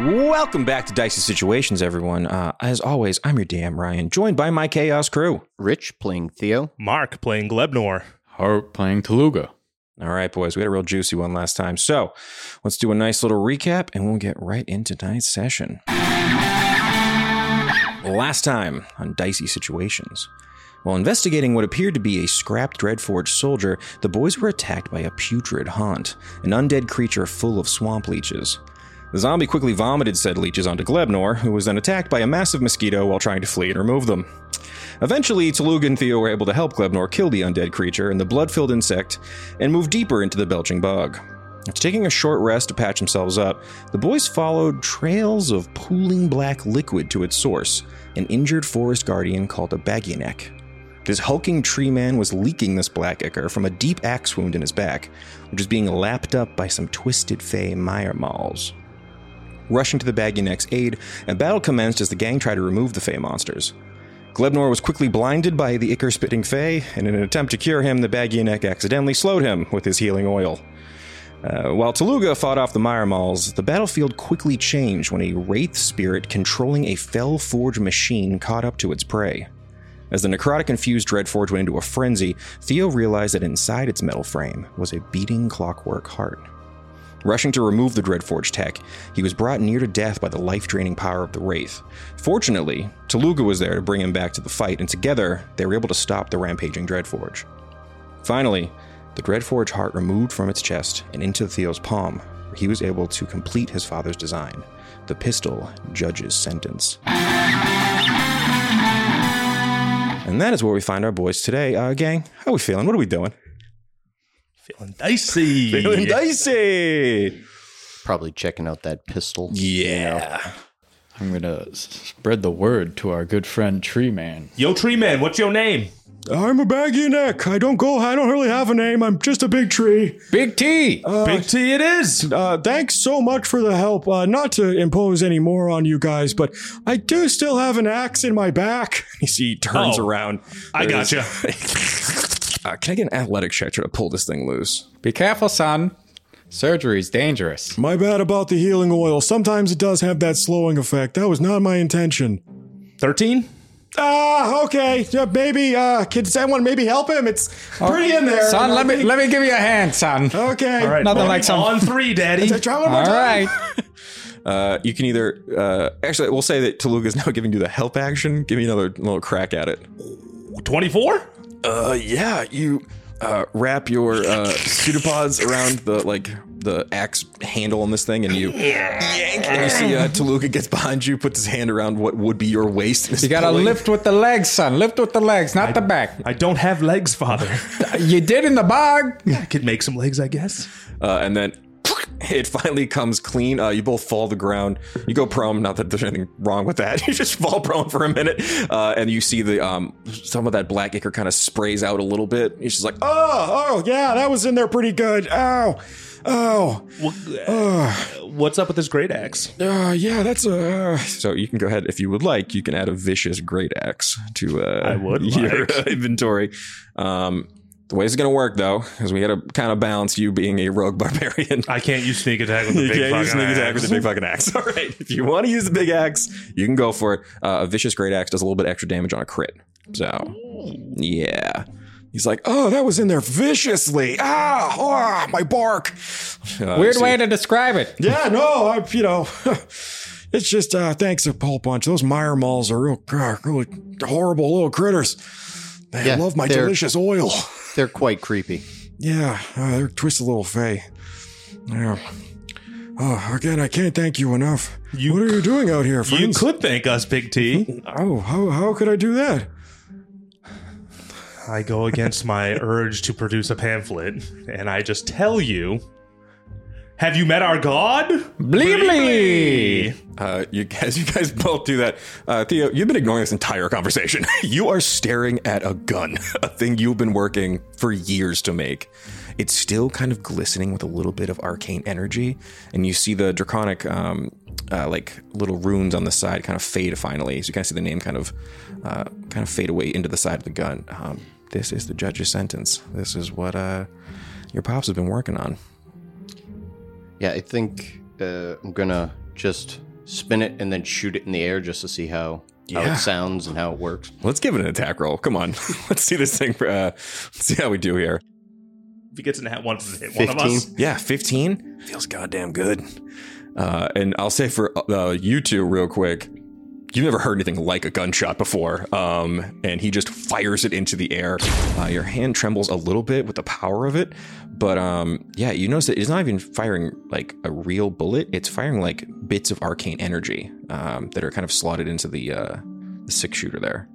Welcome back to Dicey Situations, everyone. Uh, as always, I'm your DM Ryan, joined by my Chaos crew. Rich playing Theo. Mark playing Glebnor. Hart playing Toluga. All right, boys, we had a real juicy one last time. So let's do a nice little recap and we'll get right into tonight's session. Last time on Dicey Situations. While investigating what appeared to be a scrapped Dreadforge soldier, the boys were attacked by a putrid haunt, an undead creature full of swamp leeches. The zombie quickly vomited said leeches onto Glebnor, who was then attacked by a massive mosquito while trying to flee and remove them. Eventually, Talug and Theo were able to help Glebnor kill the undead creature and the blood filled insect and move deeper into the belching bog. After taking a short rest to patch themselves up, the boys followed trails of pooling black liquid to its source, an injured forest guardian called a baggy neck. This hulking tree man was leaking this black ichor from a deep axe wound in his back, which was being lapped up by some twisted fey mire mauls. Rushing to the baggy neck's aid, a battle commenced as the gang tried to remove the fey monsters. Glebnor was quickly blinded by the ichor spitting Fey, and in an attempt to cure him, the baggy neck accidentally slowed him with his healing oil. Uh, while Toluga fought off the Myrmals, the battlefield quickly changed when a wraith spirit controlling a fell forge machine caught up to its prey. As the necrotic infused Dreadforge went into a frenzy, Theo realized that inside its metal frame was a beating clockwork heart. Rushing to remove the Dreadforge tech, he was brought near to death by the life draining power of the Wraith. Fortunately, Toluga was there to bring him back to the fight, and together they were able to stop the rampaging Dreadforge. Finally, the Dreadforge heart removed from its chest and into Theo's palm, where he was able to complete his father's design the pistol judge's sentence. And that is where we find our boys today. Uh, gang, how we feeling? What are we doing? Feeling dicey. Feeling dicey. Probably checking out that pistol. Yeah. I'm going to spread the word to our good friend Tree Man. Yo, tree man, what's your name? I'm a baggy neck. I don't go. I don't really have a name. I'm just a big tree. Big T! Big T it is. Uh, thanks so much for the help. Uh, not to impose any more on you guys, but I do still have an axe in my back. You see, he turns Oh. around. I There gotcha. it is. uh, can I get an athletic check to pull this thing loose? Be careful, son. Surgery's dangerous. My bad about the healing oil. Sometimes it does have that slowing effect. That was not my intention. 13? Ah, okay. Yeah, maybe. Uh, can someone maybe help him? It's pretty in there. Son, let me let me give you a hand, son. All Okay. All right. Nothing well, like some- On three, daddy. I try one more time. right. Uh, you can either uh, actually, we'll say that Toluga's now giving you the help action. Give me another little crack at it. 24? Uh, yeah, you uh, wrap your uh, pseudopods around the like the axe handle on this thing, and you yank, and you see uh, Toluga gets behind you, puts his hand around what would be your waist. and is You gotta pulling. lift with the legs, son. Lift with the legs, not the back. I don't have legs, father. You did in the bog. I could make some legs, I guess. uh, and then it finally comes clean. Uh, you both fall to the ground. You go prone. Not that there's anything wrong with that. You just fall prone for a minute, uh, and you see the um, some of that black ichor kind of sprays out a little bit. It's just like, oh, Oh, oh, yeah. That was in there pretty good. Ow. Oh. Well, uh, what's up with this great axe? Uh, yeah, that's a. Uh, so you can go ahead if you would like. You can add a vicious great axe to uh, I would your like. inventory. Um, the way this is going to work though is we got to kind of balance you being a rogue barbarian. I can't use sneak attack with the You big can't fucking use sneak attack with axe. the big fucking axe. All right. If you want to use the big axe, you can go for it. Uh, a vicious great axe does a little bit extra damage on a crit. So, yeah. He's like, oh, that was in there viciously. Ah, ah my bark. Uh, Weird so- way to describe it. yeah, no. I, you know. It's just uh, thanks a whole bunch. Those mire malls are real, uh, really horrible little critters. They Yeah, love my they're- delicious oil. They're quite creepy. Yeah, uh, they're twisted little fey. Yeah. Oh, again, I can't thank you enough. You what are you doing out here, You friends? could thank us, Big T. oh, how, how could I do that? I go against my urge to produce a pamphlet, and I just tell you Have you met our god? Blee blee. Uh, you guys, you guys both do that. Uh, Theo, you've been ignoring this entire conversation. you are staring at a gun, a thing you've been working for years to make. It's still kind of glistening with a little bit of arcane energy, and you see the draconic, um, uh, like little runes on the side, kind of fade finally. So you kind of see the name kind of, uh, kind of fade away into the side of the gun. Um, this is the judge's sentence. This is what uh, your pops have been working on. Yeah, I think uh, I'm gonna just spin it, and then shoot it in the air just to see how, how Yeah. it sounds and how it works. Let's give it an attack roll. Come on. let's see this thing. For, uh, let's see how we do here. If he gets an at one, hit one of us. Yeah, 15 feels goddamn good. Uh, and I'll say for uh, you two, real quick, you've never heard anything like a gunshot before. Um, and he just fires it into the air. Uh, your hand trembles a little bit with the power of it. But um, yeah, you notice that it's not even firing like a real bullet, it's firing like bits of arcane energy um, that are kind of slotted into the, uh, the six shooter there.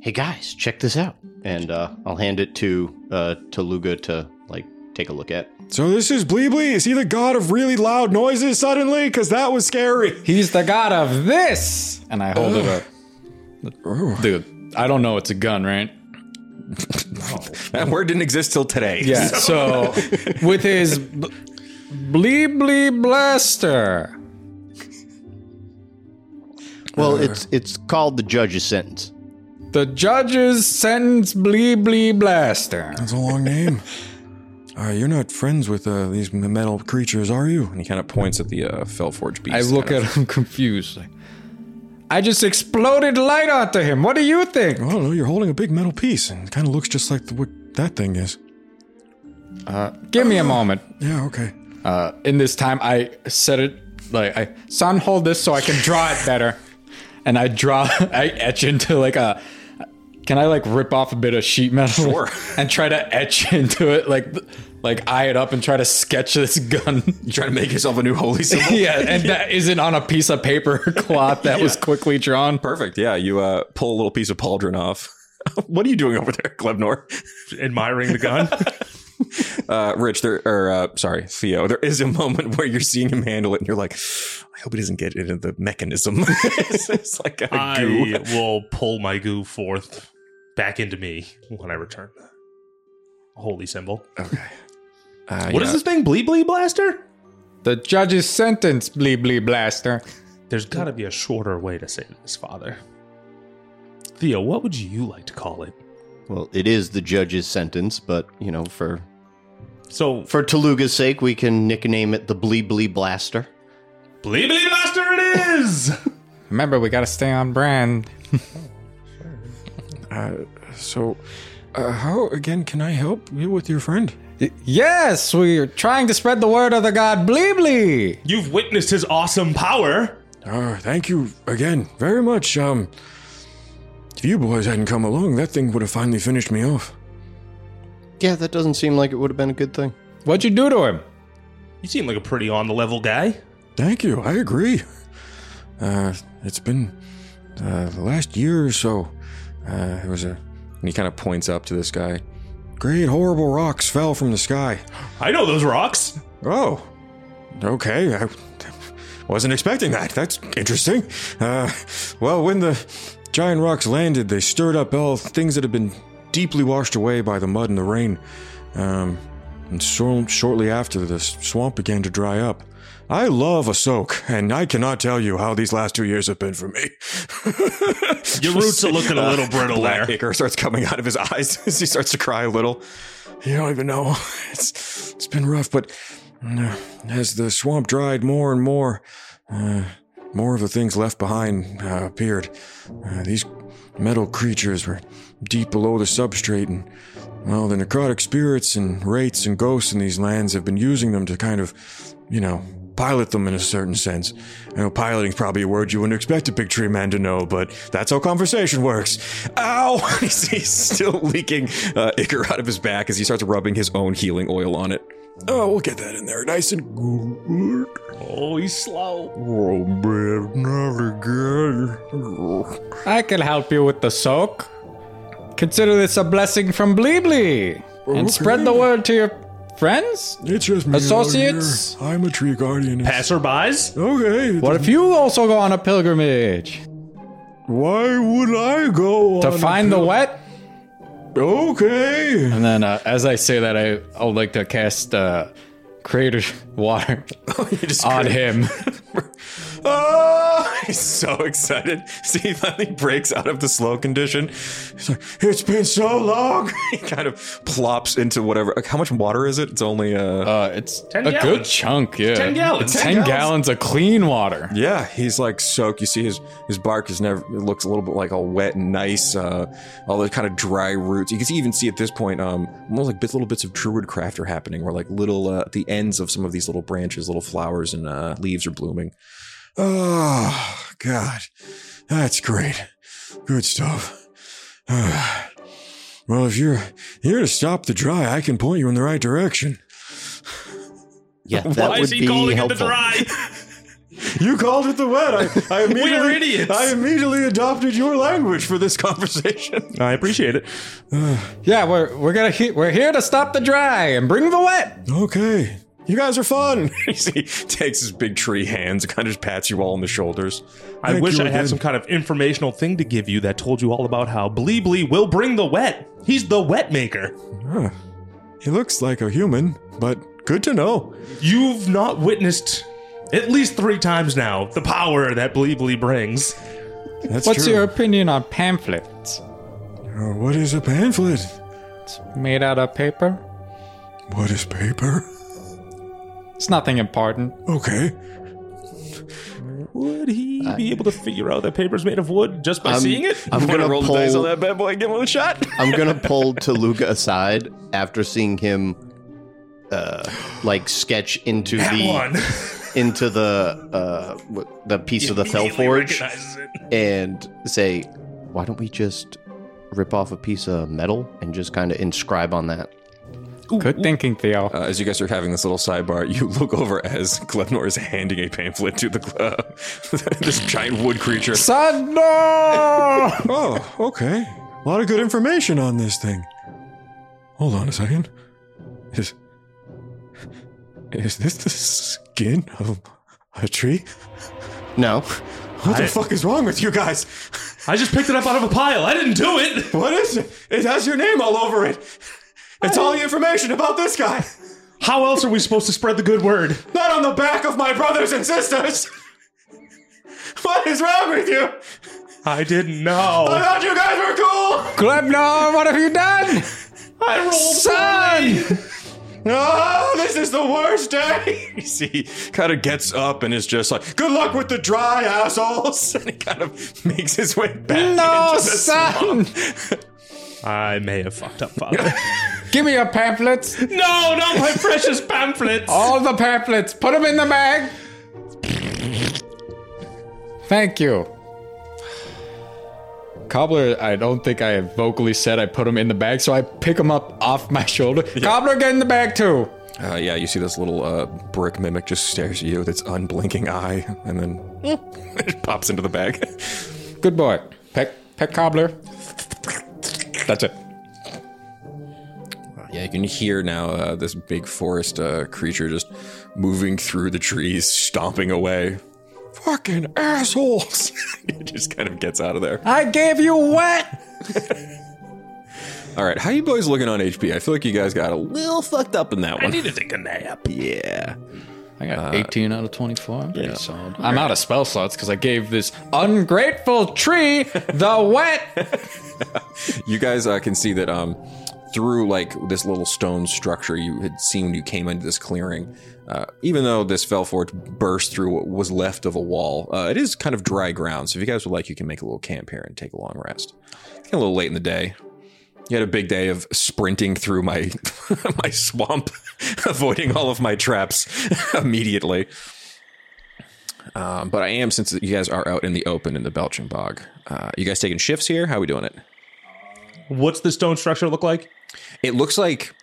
Hey guys, check this out. And uh, I'll hand it to uh, to Luga to like take a look at. So this is Blee Blee. Is he the god of really loud noises suddenly? Because that was scary. He's the god of this. And I hold it up. Dude, I don't know. It's a gun, right? That word didn't exist till today. Yeah. So, with his b- blee blee blaster. Well, it's it's called the judge's sentence. The judge's sentence blee blee blaster. That's a long name. Uh, you're not friends with uh, these metal creatures, are you? And he kind of points at the uh, Fellforge beast. I look at kind of. him confused. like, I just exploded light onto him. What do you think? oh, I don't know. You're holding a big metal piece, and it kind of looks just like the, what that thing is. Give me a moment. Yeah. Okay. Uh, in this time, I set it like I son hold this so I can draw it better, and I draw I etch into like a. Can I like rip off a bit of sheet metal Sure. and try to etch into it like th- like eye it up and try to sketch this gun? You trying to make yourself a new holy symbol? yeah, and that isn't on a piece of paper or cloth that was quickly drawn. Perfect. Yeah, you uh, pull a little piece of pauldron off. what are you doing over there, Glebnor? Admiring the gun. Uh, Rich, there, or uh, sorry, Theo. There is a moment where you're seeing him handle it, and you're like, I hope he doesn't get into the mechanism. it's, it's like a goo. I will pull my goo forth back into me when I return. Holy symbol. Uh, What is yeah. this thing? Blee Blee Blaster? The judge's sentence, blee blee blaster. There's got to be a shorter way to say this, Father. Theo, what would you like to call it? Well, it is the judge's sentence, but you know, for So, for Toluga's sake, we can nickname it the Blee Blee Blaster. Blee Blee Blaster it is! Remember, we gotta stay on brand. So, uh, how again can I help you with your friend? Yes, we're trying to spread the word of the god Blee Blee. You've witnessed his awesome power. Uh, thank you again very much. Um, if you boys hadn't come along, that thing would have finally finished me off. Yeah, that doesn't seem like it would have been a good thing. What'd you do to him? You seem like a pretty on the level guy. Thank you. I agree. Uh, it's been uh, the last year or so. Uh, there was a And he kind of points up to this guy. great, horrible rocks fell from the sky. I know those rocks. Oh, okay. I wasn't expecting that. That's interesting. Uh, well, when the giant rocks landed, they stirred up all things that had been deeply washed away by the mud and the rain. Um, and so, shortly after, the s- swamp began to dry up. I love a soak, and I cannot tell you how these last two years have been for me. Your roots are looking a little brittle Black there. ichor starts coming out of his eyes as he starts to cry a little. You don't even know. It's it's been rough, but uh, as the swamp dried more and more, uh, more of the things left behind uh, appeared. Uh, these metal creatures were deep below the substrate, and well, the necrotic spirits and wraiths and ghosts in these lands have been using them to kind of, you know, pilot them in a certain sense. I know piloting's probably a word you wouldn't expect a big tree man to know, but that's how conversation works. Ow! he's, he's still leaking uh, ichor out of his back as he starts rubbing his own healing oil on it. Oh, we'll get that in there, nice and good. Oh, he's slow. Oh man, not again. I can help you with the soak. Consider this a blessing from Blee Blee. And Okay. spread the word to your friends? It's just me. out Associates? here. I'm a tree guardian. Passerbys? Okay. What if you also go on a pilgrimage? Why would I go To on a find the wet? pil- Okay. And then uh, as I say that, I, I would like to cast uh, Creator Water You just on crit- him. Oh! He's so excited. See, he finally breaks out of the slow condition. He's like, it's been so long. he kind of plops into whatever. like, How much water is it? It's only, uh, Uh, it's 10 a good gallons. chunk, yeah. 10 gallons. 10, 10 gallons. of clean water. yeah, he's like soaked. You see his, his bark is never, it looks a little bit like all wet and nice. Uh, all the kind of dry roots. You can see, even see at this point, um, almost like bit, little bits of druid craft are happening where like little, uh, at the ends of some of these little branches, little flowers and, uh, leaves are blooming. Oh, God. That's great. Good stuff. Ah. well, if you're here to stop the dry, I can point you in the right direction. Yeah, that Why would is he be calling helpful. it the dry? You called it the wet. I, I immediately, idiots. I immediately adopted your language for this conversation. I appreciate it. Yeah, we're we're gonna he- we're here to stop the dry and bring the wet. Okay. You guys are fun. You see, he takes his big tree hands and kind of just pats you all on the shoulders. I Thank wish you I again. had some kind of informational thing to give you that told you all about how Blee Blee will bring the wet. He's the wet maker. Ah. He looks like a human, but good to know. You've not witnessed at least three times now the power that Blee Blee brings. That's What's true. your opinion on pamphlets Uh, what is a pamphlet? made out of paper? What is paper? It's nothing important. Okay. Would he be able to figure out that paper's made of wood just Um, by seeing it? I'm Wanna gonna roll the dice pull- on that bad boy and give him a shot. I'm gonna pull Toluga aside after seeing him, uh, like sketch into That the one. into the uh w- the piece of the fell Immediately forge recognizes it. and say, why don't we just rip off a piece of metal and just kind of inscribe on that? Good thinking, Theo. Uh, as you guys are having this little sidebar, you look over as Glevnor is handing a pamphlet to the uh, this giant wood creature. Son, no! Oh, okay. A lot of good information on this thing. Hold on a second. Is is this the skin of a tree? No, What I- the fuck is wrong with you guys? I just picked it up out of a pile. I didn't do it. What is it? It has your name all over it. It's all the information about this guy. How else are we supposed to spread the good word? Not on the back of my brothers and sisters. What is wrong with you? I didn't I know. thought you guys were cool. Glebnor, what have you done? I rolled. Son! Oh, this is the worst day. You see, he kind of gets up and is just like, "Good luck with the dry assholes," and he kind of makes his way back. No, into the son! I may have fucked up, Father. Give me your pamphlets. no, not my precious pamphlets. All the pamphlets. Put them in the bag. Thank you. Cobbler, I don't think I vocally said I put him in the bag, so I pick him up off my shoulder. Cobbler, get in the bag too. Uh, yeah, you see this little uh, brick mimic just stares at you with its unblinking eye, and then it pops into the bag. Good boy. Peck, peck Cobbler. That's it. Yeah, you can hear now uh, this big forest uh, creature just moving through the trees, stomping away. Fucking assholes! it just kind of gets out of there. I gave you what? All right, how you boys looking on HP? I feel like you guys got a little fucked up in that I one. need to take a nap. yeah. I got 18 out of 24. Uh, Yeah. Solid. I'm out of spell slots because I gave this ungrateful tree the wet. You guys uh, can see that um, through like this little stone structure you had seen when you came into this clearing. Uh, even though this Fellforge burst through what was left of a wall, uh, it is kind of dry ground. So if you guys would like, you can make a little camp here and take a long rest. It's getting a little late in the day. You had a big day of sprinting through my my swamp, avoiding all of my traps immediately. Um, but I am since you guys are out in the open in the Belching Bog. Uh, you guys taking shifts here? How we doing it? What's the stone structure look like? It looks like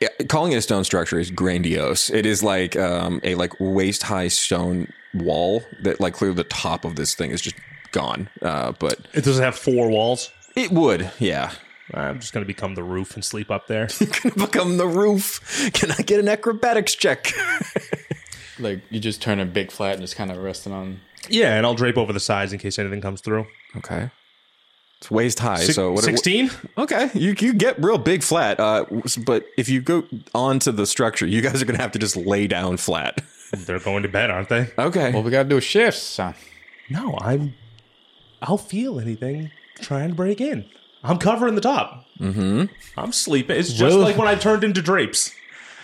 yeah, calling it a stone structure is grandiose. It is like um, a like waist high stone wall that like clearly the top of this thing is just gone. Uh, but It doesn't have four walls. it would, yeah. I'm just gonna become the roof and sleep up there. Become the roof. Can I get an acrobatics check? Like you just turn a big flat and just kind of resting on. yeah, and I'll drape over the sides in case anything comes through. okay. It's waist high, Six- so what? Sixteen. Okay, you you get real big flat, uh, but if you go onto the structure, you guys are gonna have to just lay down flat. They're going to bed, aren't they? Okay, Well, we gotta do shifts, son. No, I'm. I'll feel anything trying to break in. I'm covering the top. Mm-hmm. I'm sleeping. It's just Will- like when I turned into drapes.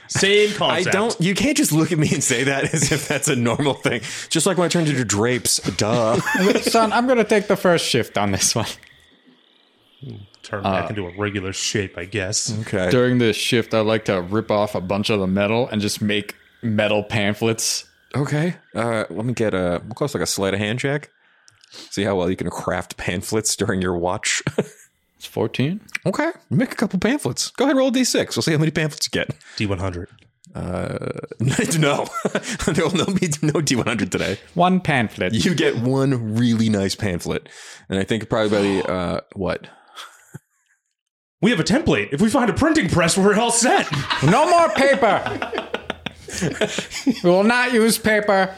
Same I concept. don't. You can't just look at me and say that as if that's a normal thing. Just like when I turned into drapes, duh. Son, I'm gonna take the first shift on this one. turn Uh, back into a regular shape, I guess. Okay. During this shift, I like to rip off a bunch of the metal and just make metal pamphlets. Okay. Uh, let me get a. We'll call this like a sleight of hand check. See how well you can craft pamphlets during your watch. It's 14. okay. Make a couple pamphlets. Go ahead, roll a d6. We'll see how many pamphlets you get. D100. no, there will no be no D100 today. One pamphlet. You get one really nice pamphlet, and I think probably by the uh, what? We have a template. If we find a printing press, we're all set. No more paper. we will not use paper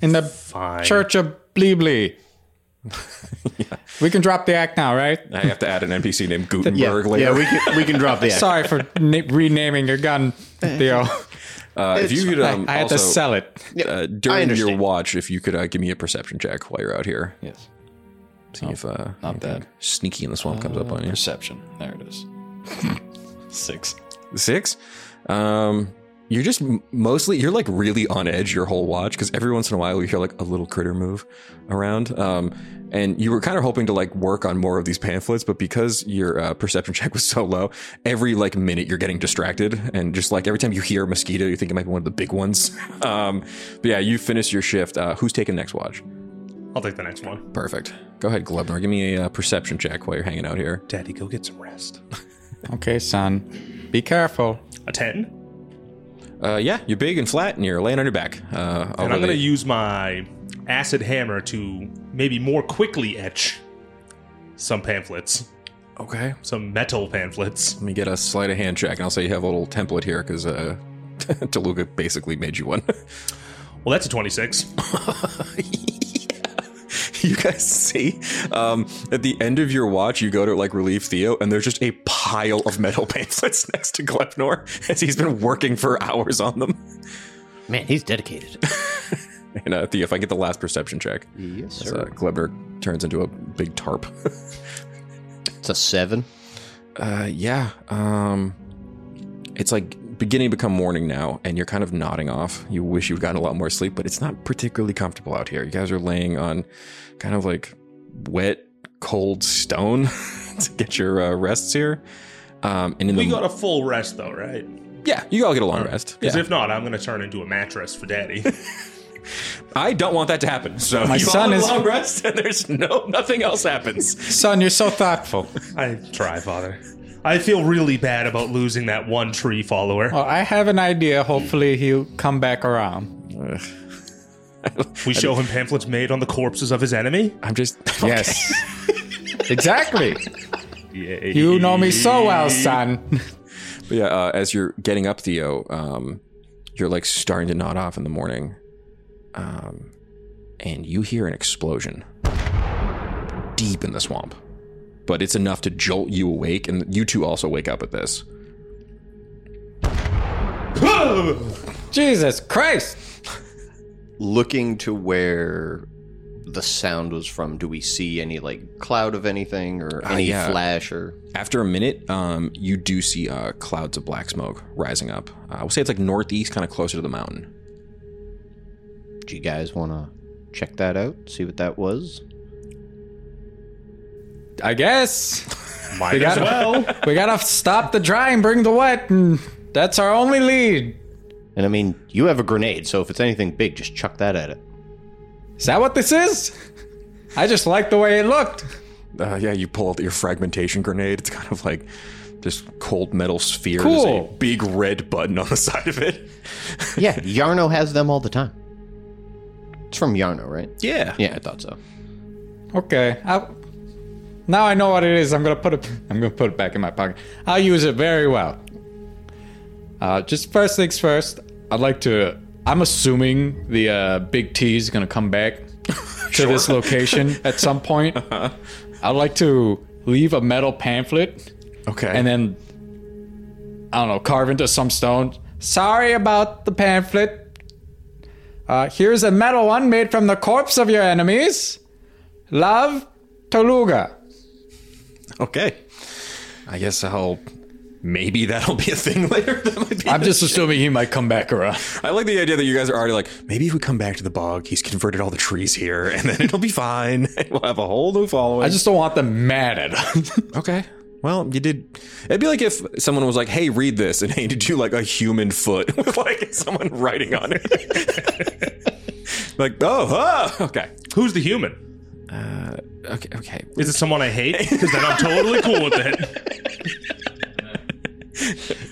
in the Fine. Church of Bleebly. We can drop the act now, right? I have to add an NPC named Gutenberg Yeah, later. yeah, we can we can drop the act. Sorry for na- renaming your gun, Theo. Uh, if you could, I, um, I had to also, sell it. uh, I during understand. your watch, if you could uh, give me a perception check while you're out here, Yes. Oh, see if uh, anything bad. Uh, sneaky in the swamp comes up on you. Perception. There it is. Six. Six. Um, you're just m- mostly you're like really on edge your whole watch because every once in a while you hear like a little critter move around. Um, and you were kind of hoping to like work on more of these pamphlets, but because your uh, perception check was so low, every like minute you're getting distracted, and just like every time you hear a mosquito, you think it might be one of the big ones. um, but yeah, you finish your shift. Uh, who's taking next watch? I'll take the next one. Perfect. Go ahead, Glubner. Give me a uh, perception check while you're hanging out here. Daddy, go get some rest. Okay, son. Be careful. A 10. Uh, yeah, you're big and flat, and you're laying on your back. Uh, And I'll I'm let going to you- use my acid hammer to maybe more quickly etch some pamphlets, okay. some metal pamphlets. Let me get a sleight of hand check, and I'll say you have a little template here because uh, Toluca basically made you one. Well, that's a 26. you guys see um, at the end of your watch, you go to like relieve Theo, and there's just a pile of metal pamphlets next to Glepnor as he's been working for hours on them. Man, he's dedicated. And uh, Theo, if I get the last perception check, yes, as, uh, Glebner turns into a big tarp. It's a seven. Uh, yeah. Um, it's like beginning to become morning now, and you're kind of nodding off. You wish you'd gotten a lot more sleep, but it's not particularly comfortable out here. You guys are laying on kind of like wet, cold stone to get your uh, rests here. Um, and in We the got a full rest, though, right? yeah, you all get a long rest. Because Yeah. if not, I'm going to turn into a mattress for Daddy. I don't want that to happen. So My you son all have is- a long rest, and there's no nothing else happens. Son, you're so thoughtful. I try, Father. I feel really bad about losing that one tree follower. Well, I have an idea. Hopefully, he'll come back around. we show him pamphlets made on the corpses of his enemy. I'm just Yes. exactly. You know me so well, son. But yeah, uh, as you're getting up, Theo, um, you're like starting to nod off in the morning, um, and you hear an explosion deep in the swamp. But it's enough to jolt you awake, and you two also wake up at this. Jesus Christ. Looking to where the sound was from, do we see any like cloud of anything or any Uh, yeah. flash or After a minute, um, you do see uh, clouds of black smoke rising up. Uh, I will say it's like northeast, kind of closer to the mountain. do you guys want to check that out? See what that was? I guess. Might as got- well. We gotta stop the dry and bring the wet, and that's our only lead. And I mean, you have a grenade, so if it's anything big, just chuck that at it. Is that what this is? I just like the way it looked. Uh, yeah, you pull out your fragmentation grenade. It's kind of like this cold metal sphere. There's a Cool. big red button on the side of it. Yeah, Yarno has them all the time. It's from Yarno, right? Yeah. Yeah, I thought so. Okay. I, now I know what it is. I'm gonna put it. I'm gonna put it back in my pocket. I'll use it very well. Uh, just first things first. I'd like to. I'm assuming the uh, big T is gonna come back to this location at some point. I'd like to leave a metal pamphlet Okay. and then I don't know, carve into some stone. Sorry about the pamphlet. Uh, here's a metal one made from the corpse of your enemies. Love, Toluga. Okay. I guess I'll. Maybe that'll be a thing later. That might be I'm just assuming he might come back around. I like the idea that you guys are already like, maybe if we come back to the bog, he's converted all the trees here, and then it'll be fine. we'll have a whole new following. I just don't want them mad at us. okay. Well, you did. It'd be like if someone was like, "Hey, read this," and handed you like a human foot with like someone writing on it. like, oh, ah, okay, Who's the human? Uh, okay, okay. Is it someone I hate? Because then I'm totally cool with it.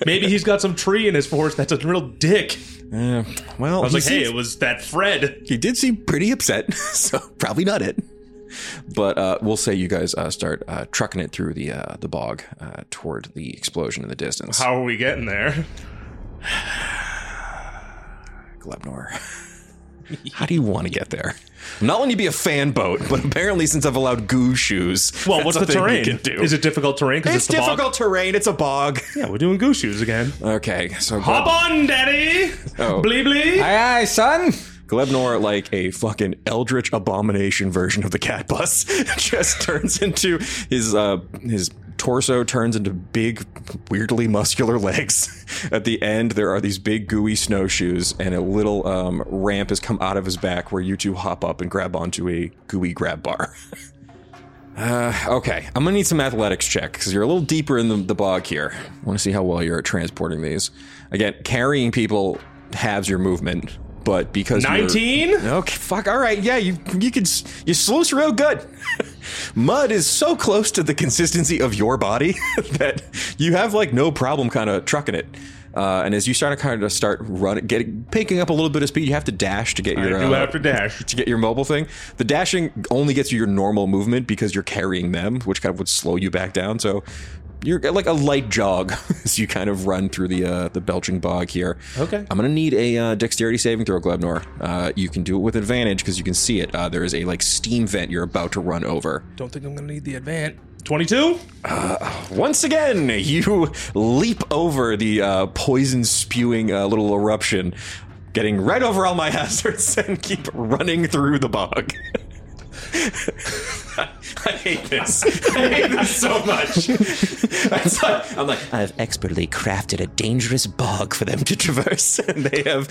Maybe he's got some tree in his forest that's a real dick. Uh, well, I was like, hey, it was that Fred. he did seem pretty upset, so probably not it. But uh, we'll say you guys uh, start uh, trucking it through the uh, the bog uh, toward the explosion in the distance. How are we getting there? Glebnor. How do you want to get there? I'm not letting you be a fan boat, but apparently since I've allowed goo shoes, Well, that's what's a the thing you terrain? can do. Is it difficult terrain? 'Cause It's, the bog? difficult terrain. It's a bog. Yeah, we're doing goose shoes again. Okay, so Hop on, daddy! Oh. Blee blee! aye, aye, son. Glebnor, like a fucking eldritch abomination version of the cat bus, just turns into his uh, his torso turns into big, weirdly muscular legs. At the end, there are these big gooey snowshoes, and a little um, ramp has come out of his back where you two hop up and grab onto a gooey grab bar. Uh, okay, I'm gonna need some athletics check because you're a little deeper in the, the bog here. I want to see how well you're at transporting these. Again, carrying people halves your movement, but because you're- 19? Okay, fuck. All right, yeah, you you could s- you sluice real good. Mud is so close to the consistency of your body that you have like no problem kind of trucking it. Uh, and as you start to kind of start running, getting picking up a little bit of speed, you have to dash to get I your do uh, have to dash. to get your mobile thing. The dashing only gets you your normal movement because you're carrying them, which kind of would slow you back down. So you're at like a light jog as you kind of run through the uh, the belching bog here. Okay. I'm gonna need a uh, dexterity saving throw, Glebnor. Uh, you can do it with advantage because you can see it. Uh, there is a like steam vent you're about to run over. Don't think I'm gonna need the advance. 22? Once again, you leap over the uh, poison spewing uh, little eruption, getting right over all my hazards and keep running through the bog. I hate this. I hate this so much. It's like- I'm like, I've expertly crafted a dangerous bog for them to traverse, and they have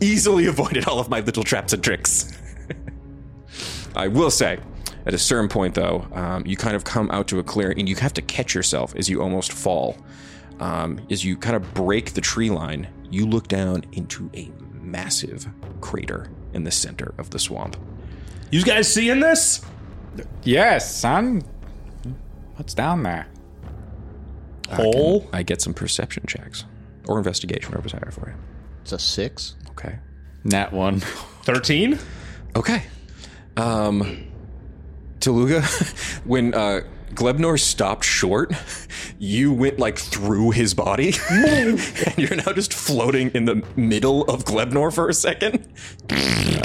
easily avoided all of my little traps and tricks. I will say, at a certain point though, um, you kind of come out to a clearing and you have to catch yourself as you almost fall. Um, as you kind of break the tree line, you look down into a massive crater in the center of the swamp. You guys seeing this? Yes, son. What's down there? Hole? I get some perception checks or investigation, whatever's higher for you. It's a six. Okay. Nat one. 13? Okay. Um, Toluga, when uh, Glebnor stopped short, you went like through his body. and you're now just floating in the middle of Glebnor for a second.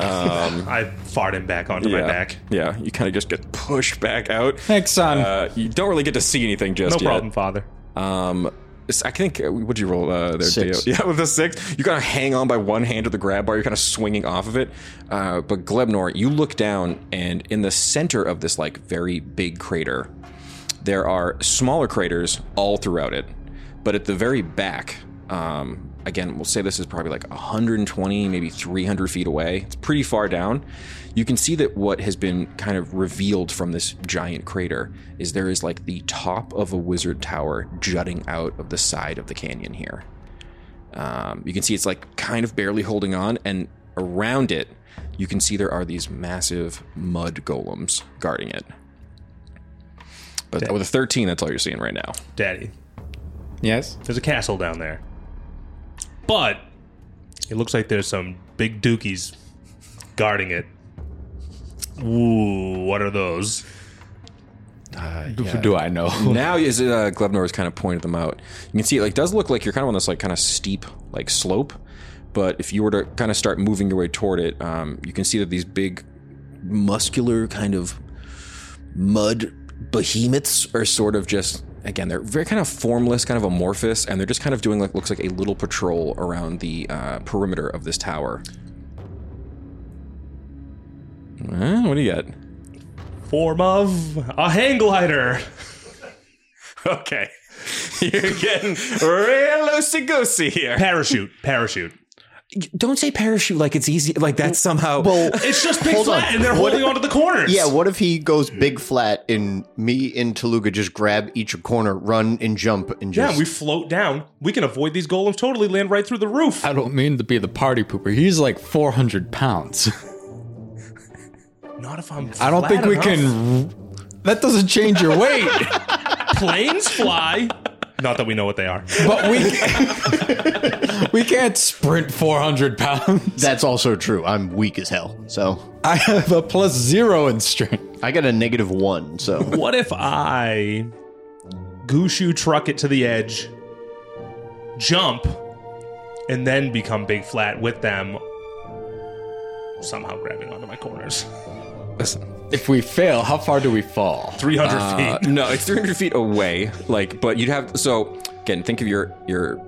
I fart him back onto my back. Yeah, you kind of just get pushed back out. Thanks, son. Uh, you don't really get to see anything just No yet. problem, father. Um, it's- I think what'd you roll uh, there? Six. Theo? Yeah, with a six, you kind of hang on by one hand to the grab bar. You're kind of swinging off of it. Uh, but Glebnor, you look down, and in the center of this like very big crater, there are smaller craters all throughout it. But at the very back, um, again, we'll say this is probably like 120, maybe 300 feet away. It's pretty far down. You can see that what has been kind of revealed from this giant crater is there is like the top of a wizard tower jutting out of the side of the canyon here. Um, you can see it's like kind of barely holding on, and around it, you can see there are these massive mud golems guarding it. But with a 13, that's all you're seeing right now. Daddy, yes. there's a castle down there. But it looks like there's some big dookies guarding it. Ooh, what are those? Do, do I know? now is it, uh, Glebnor has kind of pointed them out. You can see it like does look like you're kind of on this like kind of steep like slope, but if you were to kind of start moving your way toward it, um, you can see that these big, muscular kind of mud behemoths are sort of just again they're very kind of formless, kind of amorphous, and they're just kind of doing like looks like a little patrol around the uh, perimeter of this tower. Huh? What do you got? Form of a hang glider. okay. You're getting real loosey goosey here. Parachute. Parachute. Don't say parachute like it's easy. Like that's somehow. It's just big Hold flat, on. and they're What- holding onto the corners. Yeah, what if he goes big flat and me and Toluga just grab each corner, run and jump and Yeah, just we float down. We can avoid these golems totally. Land right through the roof. I don't mean to be the party pooper. He's like 400 pounds. Not if I'm. I don't flat think we enough. can. That doesn't change your weight, Planes fly. Not that we know what they are. but we we can't sprint 400 pounds. That's also true. I'm weak as hell. So I have a plus zero in strength. I got a negative one, so What if I gooshu truck it to the edge, jump, and then become big flat with them, somehow grabbing onto my corners? If we fail, how far do we fall? 300 Uh, feet. no, it's 300 feet away. Like, but you'd have so again. Think of your your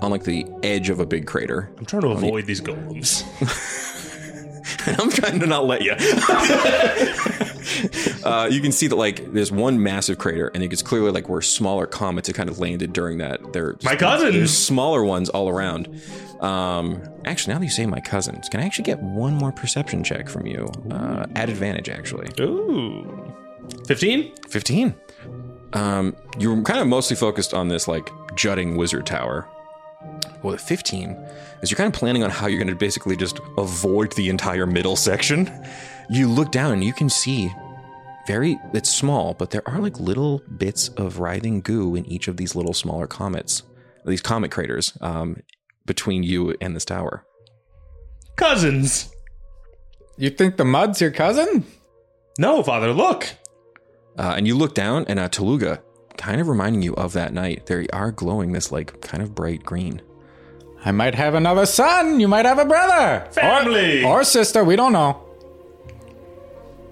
on like the edge of a big crater. I'm trying to avoid these golems. I'm trying to not let you. uh, you can see that like there's one massive crater, and it's clearly like where smaller comets have kind of landed during that. They're My cousins! There's smaller ones all around. Um, actually, now that you say my cousins, can I actually get one more perception check from you uh, at advantage? Actually, Ooh. 15? 15. Um, you were kind of mostly focused on this like jutting wizard tower. Well, at 15 is you're kind of planning on how you're going to basically just avoid the entire middle section. You look down and you can see very it's small, but there are like little bits of writhing goo in each of these little smaller comets, these comet craters um, between you and this tower. Cousins. You think the mud's your cousin? No, father, look. Uh, and you look down, and uh, Toluga, kind of reminding you of that night, they are glowing this like kind of bright green. I might have another son. You might have a brother. Or- Family. Or, sister. We don't know.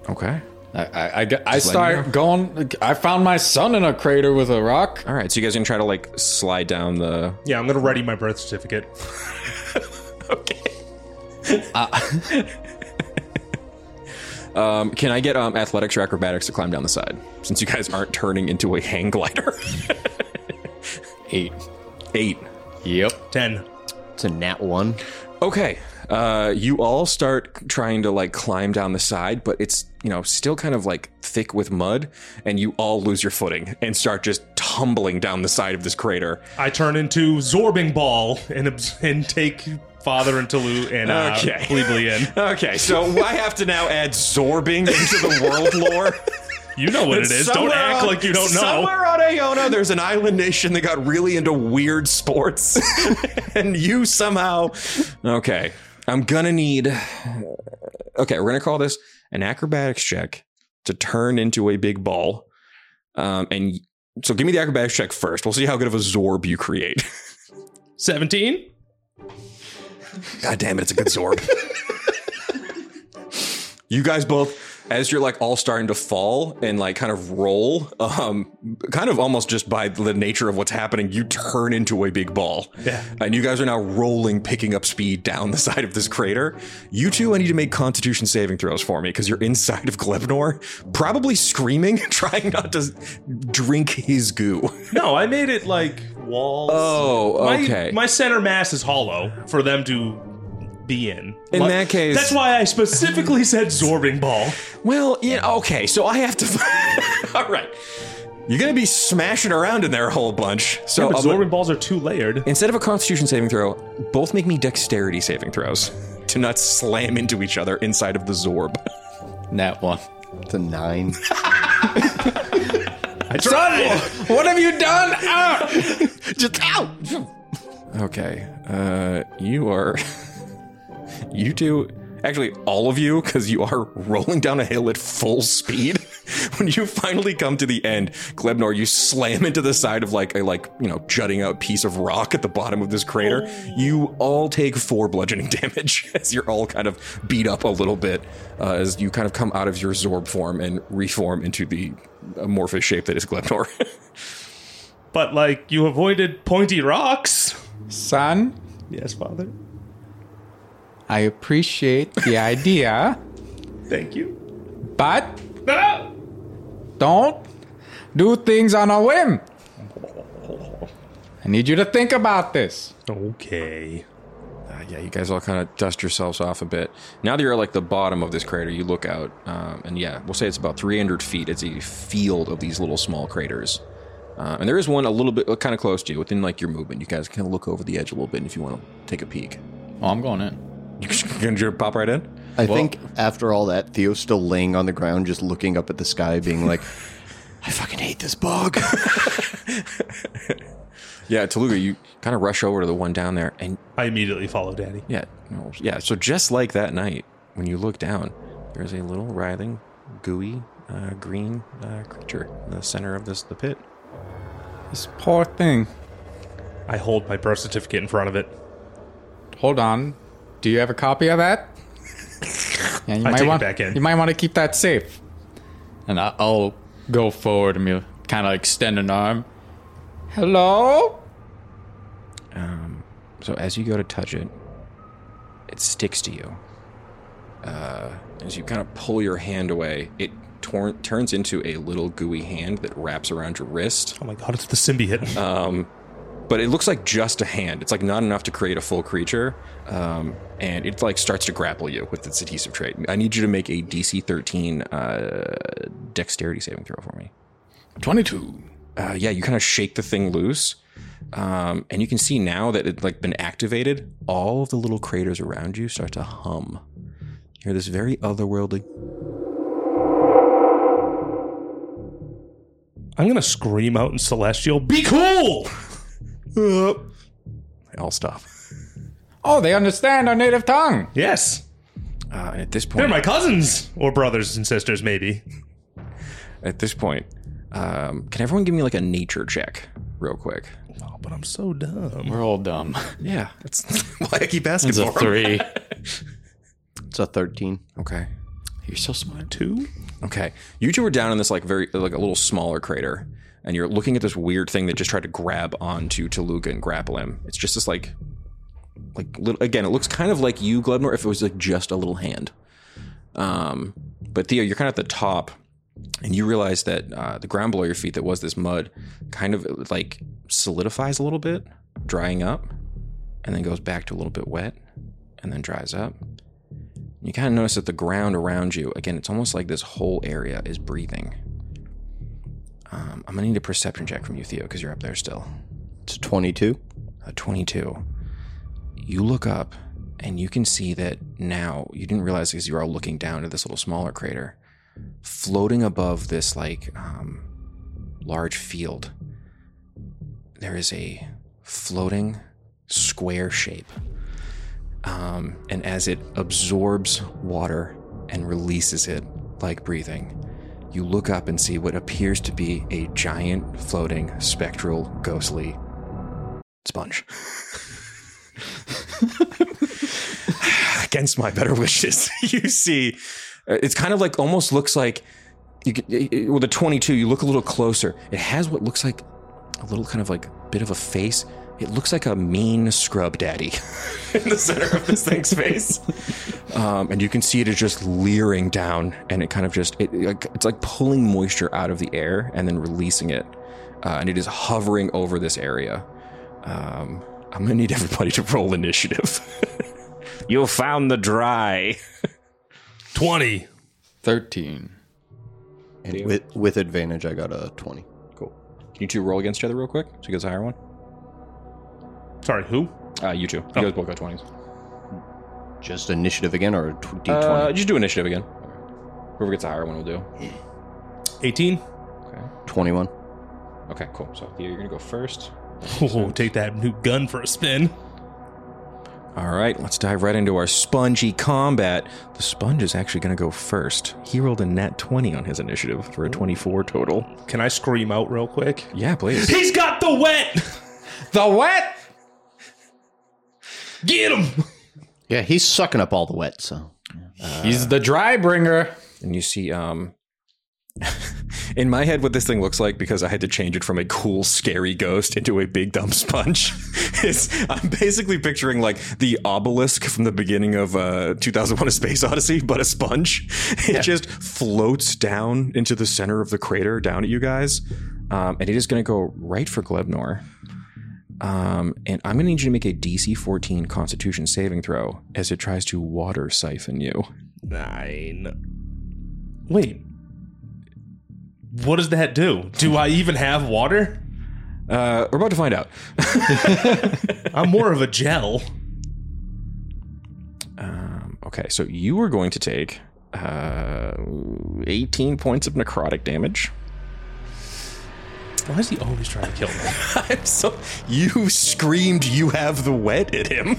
Okay. I, I, I, get- I letting you start going. I found my son in a crater with a rock. All right, so you guys are gonna try to like slide down the. Yeah, I'm going to ready my birth certificate. Um, can I get um, athletics or acrobatics to climb down the side? Since you guys aren't turning into a hang glider. Eight. Eight. Yep. 10. it's a nat one. Okay. Uh, you all start trying to like climb down the side, but it's you know still kind of like thick with mud, and you all lose your footing and start just tumbling down the side of this crater. I turn into Zorbing Ball and, abs- and take father and Tulu and uh, Okay. Bleebly in. Okay, so I have to now add zorbing into the world lore. You know what it is. Don't Somewhere act on- like you don't know. Somewhere on Iona, there's an island nation that got really into weird sports, and you somehow. Okay, I'm gonna need. Okay, we're gonna call this an acrobatics check to turn into a big ball, um, and so give me the acrobatics check first. We'll see how good of a zorb you create. 17? God damn it, it's a good Zorb. you guys both, as you're like all starting to fall and like kind of roll, um, kind of almost just by the nature of what's happening, you turn into a big ball. Yeah. And you guys are now rolling, picking up speed down the side of this crater. You two, I need to make constitution saving throws for me because you're inside of Glebnor, probably screaming, trying not to drink his goo. No, I made it like walls. Oh, My- okay. My, center mass is hollow for them to be in. In Like- that case- that's why I specifically said zorbing ball. Well, yeah, okay, so I have to. All right. You're going to be smashing around in there a whole bunch. So But I'll- zorbing balls are two layered. instead of a constitution saving throw, both make me dexterity saving throws to not slam into each other inside of the Zorb. Nat one. It's a nine. I tried. What have you done? Ah! just ow! Okay. Uh, you are. you two. Actually, all of you, because you are rolling down a hill at full speed. when you finally come to the end, Glebnor, you slam into the side of like a like you know jutting out piece of rock at the bottom of this crater. You all take four bludgeoning damage as you're all kind of beat up a little bit uh, as you kind of come out of your Zorb form and reform into the amorphous shape that is Glebnor. But like you avoided pointy rocks. Son, Yes, father. I appreciate the idea, Thank you. But Ah! don't do things on a whim. I need you to think about this. Okay. Uh, yeah, you guys all kind of dust yourselves off a bit. Now that you're at like the bottom of this crater, you look out, um, and yeah, we'll say it's about 300 feet. It's a field of these little small craters. Uh, and there is one a little bit kind of close to you within like your movement. You guys can look over the edge a little bit if you want to take a peek. Oh, I'm going in. You're going to pop right in? I think after all that, Theo's still laying on the ground, just looking up at the sky, being like, I fucking hate this bog. Yeah, Toluga, you kind of rush over to the one down there, and I immediately follow Danny. yeah, no, yeah. So just like that night, when you look down, there's a little writhing, gooey, uh, green uh, creature in the center of this the pit. This poor thing. I hold my birth certificate in front of it. Hold on. Do you have a copy of that? Yeah, you I might take it want, back in. You might want to keep that safe. And I, I'll go forward and kind of extend an arm. Hello? Um, so as you go to touch it, it sticks to you. Uh, as you kind of pull your hand away, it tor- turns into a little gooey hand that wraps around your wrist. Oh my god, it's the symbiote. Uh. But it looks like just a hand. It's like not enough to create a full creature. Um, and it like starts to grapple you with its adhesive trait. I need you to make a DC 13 uh, dexterity saving throw for me. 22. uh, yeah, you kind of shake the thing loose, um, and you can see now that it's like been activated. All of the little craters around you start to hum. You hear this very otherworldly. I'm gonna scream out in Celestial, be cool! Uh, They all stop. Oh, they understand our native tongue. yes. Uh, and at this They're point, my cousins! Or brothers and sisters, maybe. at this point, um, can everyone give me like a nature check, real quick? Oh, but I'm so dumb. We're all dumb. Yeah, that's why I keep asking It's a for 'em. three. it's a 13. Okay. You're so smart. Two? Okay. You two were down in this like very like a little smaller crater, and you're looking at this weird thing that just tried to grab onto Toluca and grapple him. It's just this like like little again, it looks kind of like you, Gledmore, if it was like just a little hand. Um but Theo, you're kind of at the top, and you realize that uh, the ground below your feet that was this mud kind of like solidifies a little bit, drying up, and then goes back to a little bit wet, and then dries up. You kind of notice that the ground around you, again, it's almost like this whole area is breathing. Um, I'm gonna need a perception check from you, Theo, because you're up there still. It's a 22. A 22. You look up, and you can see that now you didn't realize because you were all looking down at this little smaller crater, floating above this like um, large field. There is a floating square shape um, and as it absorbs water and releases it like breathing, you look up and see what appears to be a giant floating spectral ghostly sponge. Against my better wishes, you see, uh, it's kind of like almost looks like you could, it- it- with a 22, you look a little closer. It has what looks like a little kind of like bit of a face. It looks like a mean scrub daddy in the center of this thing's face. Um, and you can see it is just leering down and it kind of just, it, it- like, it's like pulling moisture out of the air and then releasing it. Uh, and it is hovering over this area. Um, I'm going to need everybody to roll initiative. you found the dry. 20. 13. And with, with advantage, I got a 20. Cool. Can you two roll against each other real quick? So you guys hire one? Sorry, who? Uh, you two. You guys both got 20s. Just initiative again or a tw- d20? Uh, just do initiative again. Whoever gets a higher one will do. 18? 21. Okay, cool. So Theo, you're gonna go first. Oh, take that new gun for a spin. All right, let's dive right into our spongy combat. The sponge is actually gonna go first. He rolled a nat 20 on his initiative for a 24 total. Can I scream out real quick? Yeah, please. He's got the wet! The what? Get him! Yeah, he's sucking up all the wet, so. He's the dry bringer. and you see, um, in my head, what this thing looks like because I had to change it from a cool, scary ghost into a big dumb sponge. It's, I'm basically picturing like the obelisk from the beginning of uh, 2001: A Space Odyssey, but a sponge. It just floats down into the center of the crater, down at you guys, um, and it is going to go right for Glebnor. Um, and I'm going to need you to make a DC 14 Constitution saving throw as it tries to water siphon you. Nine. Wait. What does that do? Do I even have water? Uh, we're about to find out. I'm more of a gel. Um, okay, so you are going to take uh, 18 points of necrotic damage. Why is he always Oh, trying to kill me? I'm so you screamed you have the wet at him.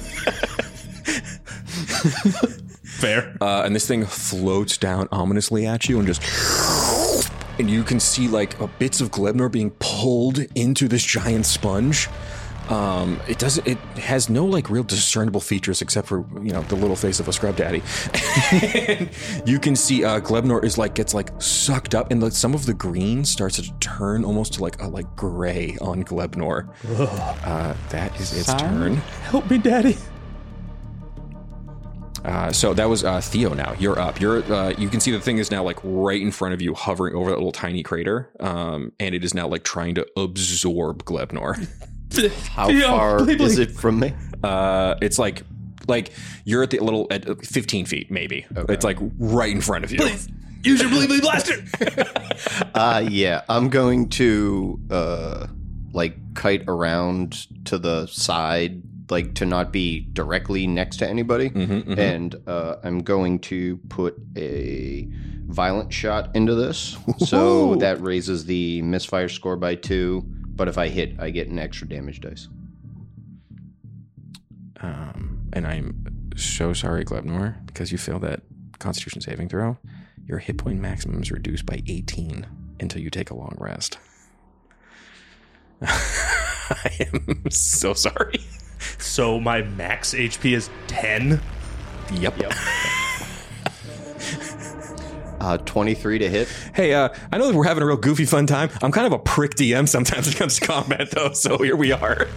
Fair. Uh, and this thing floats down ominously at you and just and you can see like uh, bits of Glebnor being pulled into this giant sponge. Um, it doesn't it has no like real discernible features except for you know the little face of a scrub daddy. you can see uh, Glebnor is like gets like sucked up and like some of the green starts to turn almost to like a like gray on Glebnor. Uh, that is its turn. Help me, Daddy. Uh, so that was uh, Theo. Now you're up. You're uh, you can see the thing is now like right in front of you, hovering over that little tiny crater, um, and it is now like trying to absorb Glebnor. How Yeah, far please, is please. it from me? Uh, it's like like you're at the little at uh, 15 feet maybe. It's like right in front of you. Use your bleed bleed blaster. Uh, yeah, I'm going to uh, like kite around to the side, like to not be directly next to anybody, Mhm, mhm. and uh, I'm going to put a violent shot into this. So that raises the misfire score by two. But if I hit, I get an extra damage dice. Um, and I'm so sorry, Glebnor, because you failed that Constitution saving throw. Your hit point maximum is reduced by 18 until you take a long rest. I am so sorry. So my max HP is 10. Yep. Uh, 23 to hit. Hey, uh, I know that we're having a real goofy fun time. I'm kind of a prick DM sometimes when it comes to combat, though, so here we are.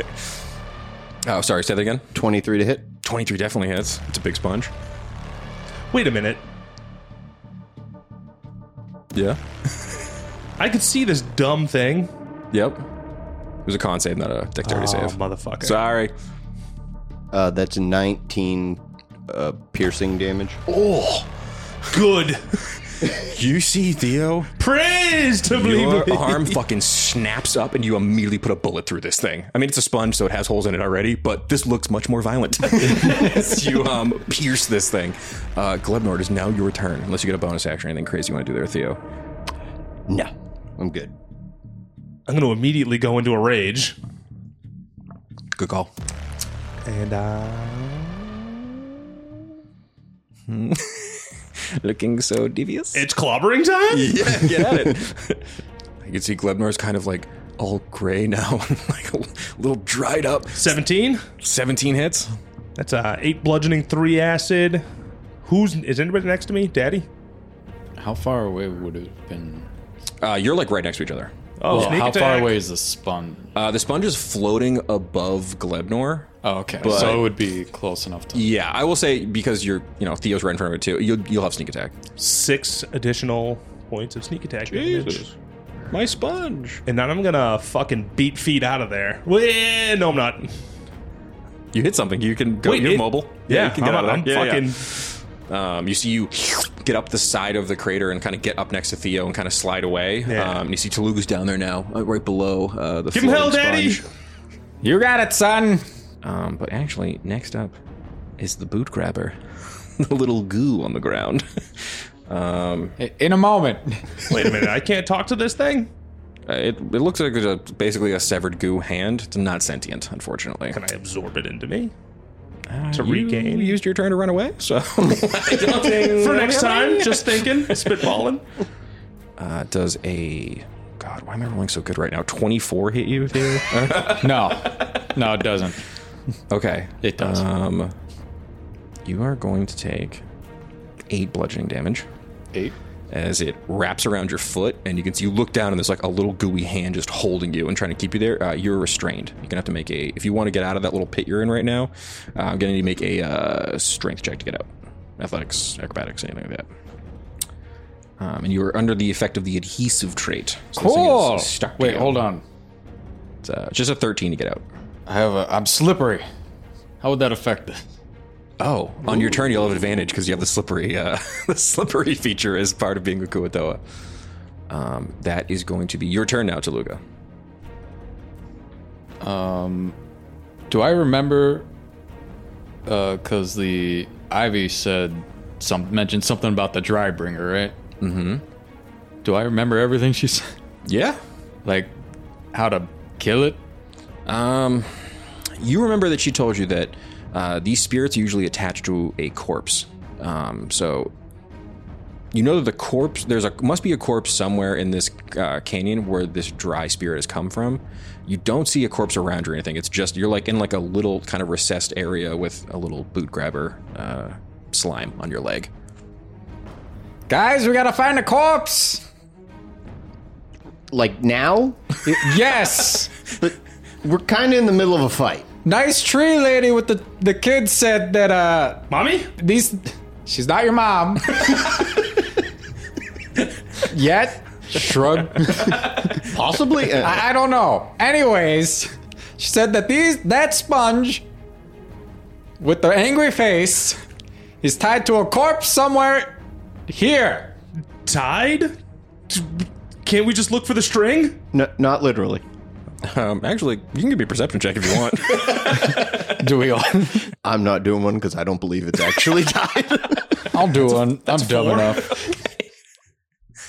oh, sorry, say that again. 23 to hit. 23 definitely hits. It's a big sponge. Wait a minute. Yeah. I could see this dumb thing. Yep. It was a con save, not a dexterity Oh, save. motherfucker. Sorry. Uh, that's 19 uh, piercing damage. Good. You see, Theo, Praise to bleed your bleed. arm fucking snaps up and you immediately put a bullet through this thing. I mean, it's a sponge, so it has holes in it already, but this looks much more violent. As you um, pierce this thing. Uh, Glebnor, it is now your turn, unless you get a bonus action or anything crazy you want to do there, Theo. No, I'm good. I'm going to immediately go into a rage. Good call. And uh, Looking so devious. it's clobbering time? yeah, get at it. you can see Glebnor's kind of like all gray now, like a little dried up. 17. 17 hits. That's uh, 8 bludgeoning, 3 acid. Who's is anybody next to me? Daddy? How far away would it have been? Uh, you're like right next to each other. Oh, Well, sneak how far attack. away is the sponge? Uh, the sponge is floating above Glebnor. Oh, okay. But- so it would be close enough to. Yeah, I will say because you're, you know, Theo's right in front of it too. You'll, you'll have sneak attack. Six additional points of sneak attack damage. my sponge! And then I'm going to fucking beat feet out of there. Well, no, I'm not. You hit something. You can go. Wait, you're it- mobile. Yeah, you can get I'm, out of I'm that. Yeah, yeah. fucking. Um, you see you get up the side of the crater and kind of get up next to Theo and kind of slide away. Yeah. Um, and you see Toluga's down there now, uh, right below uh, the Give him hell, floating Daddy! sponge. You got it, son. Um, but actually, next up is the boot grabber, the little goo on the ground. um, I- In a moment. Wait a minute, I can't talk to this thing? it, it looks like there's a, basically a severed goo hand. It's not sentient, unfortunately. Can I absorb it into me? Uh, to you regain? used your turn to run away, so. For next time, just thinking, spitballing. uh, does a. God, why am I rolling so good right now? 24 hit you, Theo? no, no, it doesn't. Uh, Okay. It does. Um, you are going to take eight bludgeoning damage. Eight. as it wraps around your foot, and you can see you look down and there's like a little gooey hand just holding you and trying to keep you there. Uh, you're restrained. You're gonna have to make a if you want to get out of that little pit you're in right now. Uh, I'm gonna need to make a uh, strength check to get out. Athletics, acrobatics, anything like that. Um, and you are under the effect of the adhesive trait. So this thing is Cool. stuck to Wait, you. hold on. It's, uh, just a 13 to get out. I have a. I'm slippery. How would that affect this? Oh, on your turn you'll have advantage because you have the slippery, uh, the slippery feature as part of being a Kuatoa. Um, that is going to be your turn now, Toluga. Do I remember? Because the Ivy said some mentioned something about the dry bringer, right? Mm-hmm. Do I remember everything she said? Yeah. Like how to kill it? Um, you remember that she told you that uh, these spirits are usually attached to a corpse. Um, so you know that the corpse there's a must be a corpse somewhere in this uh, canyon where this dry spirit has come from. You don't see a corpse around or anything. It's just you're like in like a little kind of recessed area with a little boot grabber uh, slime on your leg. Guys, we gotta find a corpse. Like now, Yes. but we're kind of in the middle of a fight. nice tree lady with the the kid said that uh Mommy? these she's not your mom yet shrug Possibly. Uh, I, I don't know anyways she said that these that sponge with the angry face is tied to a corpse somewhere here Tied? Can't we just look for the string? n- not literally. Um, actually, you can give me a perception check if you want. do we all I'm not doing one because I don't believe it's actually died. i'll do one i'm dumb enough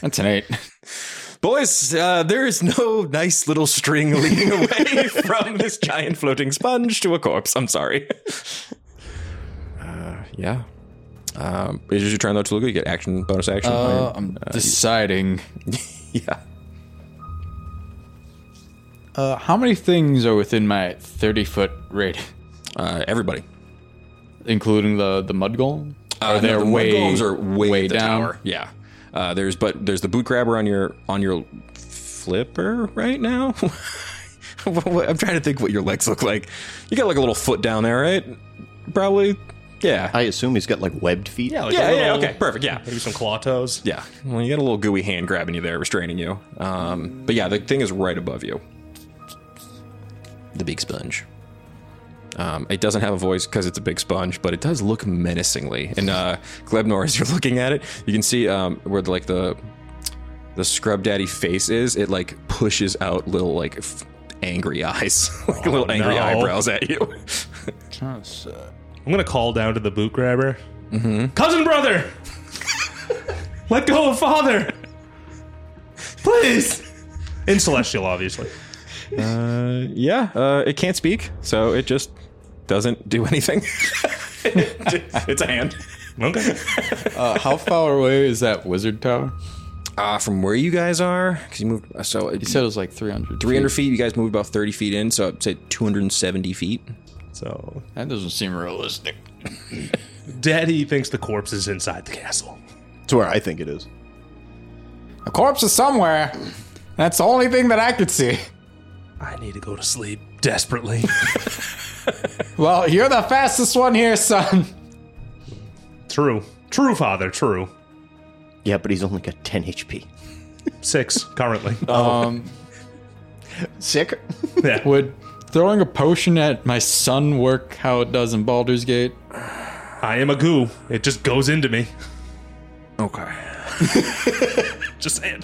that's an eight Boys, uh, there is no nice little string leading away from this giant floating sponge to a corpse. I'm sorry. Uh, yeah. Um, is it your turn though, Toluga? You get action, bonus action. Oh, uh, i'm deciding yeah. Uh, how many things are within my 30 foot radius, Uh, everybody. including the the mud golem? Uh, are there no, the mud way, golems are way, way at the down? Tower. Yeah. Uh, there's but there's the boot grabber on your on your flipper right now. What- what- I'm trying to think what your legs look like. You got like a little foot down there, right? Probably. Yeah. I assume he's got like webbed feet. like yeah. a Yeah. little- Okay. Perfect. Yeah. Maybe some claw toes. Yeah. Well, you got a little gooey hand grabbing you there, restraining you. Um, but yeah, the thing is right above you. The big sponge. Um, it doesn't have a voice because it's a big sponge, but it does look menacingly. And uh, Glebnor, as you're looking at it, you can see um, where like the the scrub daddy face is. It like pushes out little like f- angry eyes, like little angry no. eyebrows at you. I'm gonna call down to the boot grabber. Cousin brother! Let go of father! Please! In Celestial, obviously. yeah, uh, it can't speak, so it just doesn't do anything. it's a hand. Okay. Uh, how far away is that wizard tower? Uh, from where you guys are, because you moved, uh, so You said it was like 300. 300 feet, you guys moved about 30 feet in, so I'd say 270 feet. So, That doesn't seem realistic. Daddy thinks the corpse is inside the castle. That's where I think it is. A corpse is somewhere. That's the only thing that I could see. I need to go to sleep desperately. Well, you're the fastest one here, son. true. True, father. True. Yeah, but he's only got 10 HP. Six currently. Um, Sick. yeah. would throwing a potion at my son work how it does in Baldur's Gate? I am a goo. It just goes into me. Okay. Just saying.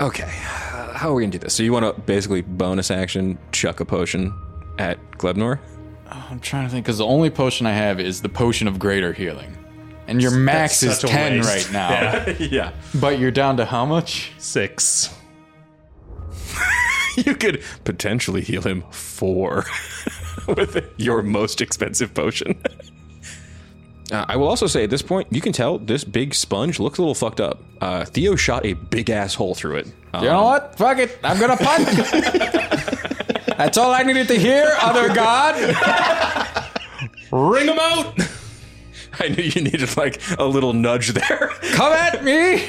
Okay. Uh, how are we going to do this? So you want to basically bonus action chuck a potion at Glebnor? I'm trying to think because the only potion I have is the potion of greater healing, and your max is That's such a 10 waste. right now. Yeah. yeah. But you're down to how much? Six. you could potentially heal him four with your most expensive potion. Uh, I will also say at this point, you can tell this big sponge looks a little fucked up. Uh, Theo shot a big ass hole through it. Um, You know what? Fuck it. I'm gonna punt. That's all I needed to hear, other god. Ring them out! I knew you needed like a little nudge there. Come at me!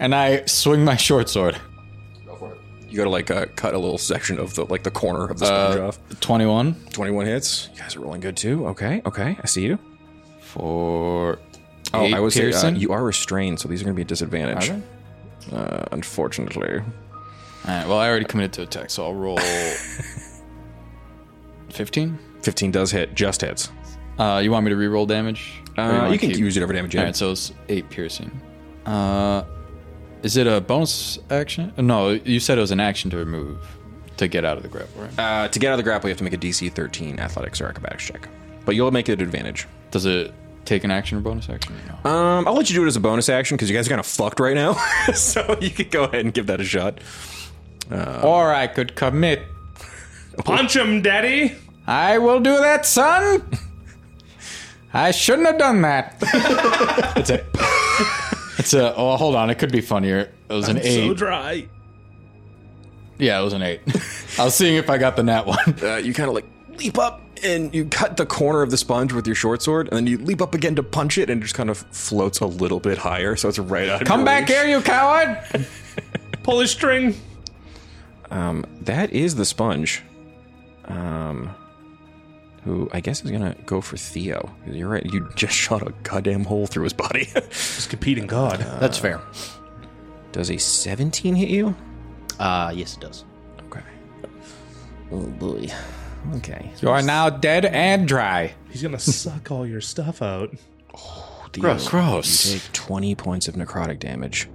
And I swing my short sword. You gotta like uh, cut a little section of the like the corner of the sponge off. 21 Uh, Twenty-one hits. You guys are rolling good too. Okay, okay, I see you. for. Oh, eight I was here. piercing. you are restrained, so these are gonna be a disadvantage. Are Uh, unfortunately, All right, well, I already committed to attack, so I'll roll 15. fifteen does hit. Just hits. Uh, you want me to reroll damage? Or Uh, wanna you can keep- use it over damage. All yeah. right, so it's eight piercing. Uh, is it a bonus action? No, you said it was an action to remove to get out of the grapple, right? uh, to get out of the grapple, you have to make a DC thirteen athletics or acrobatics check, but you'll make it an advantage. Does it take an action or bonus action? No. Um, I'll let you do it as a bonus action because you guys are kind of fucked right now. so you could go ahead and give that a shot. or I could commit. Punch him, daddy. I will do that, son. I shouldn't have done that. That's it. It's a. Oh, hold on. It could be funnier. It was an eight. So dry. yeah, it was an eight. I was seeing if I got the nat one. Uh, you kind of like leap up and you cut the corner of the sponge with your short sword, and then you leap up again to punch it, and it just kind of floats a little bit higher, so it's right out. Of Come your back reach. here, you coward! Pull his string. Um, that is the sponge. Um, who I guess is gonna go for Theo. You're right. You just shot a goddamn hole through his body. He's competing god. Uh, That's fair. Does a 17 hit you? Uh, yes, it does. Okay. Oh boy. Okay. You are now dead and dry. He's gonna suck all your stuff out. Gross. Gross. You take 20 points of necrotic damage.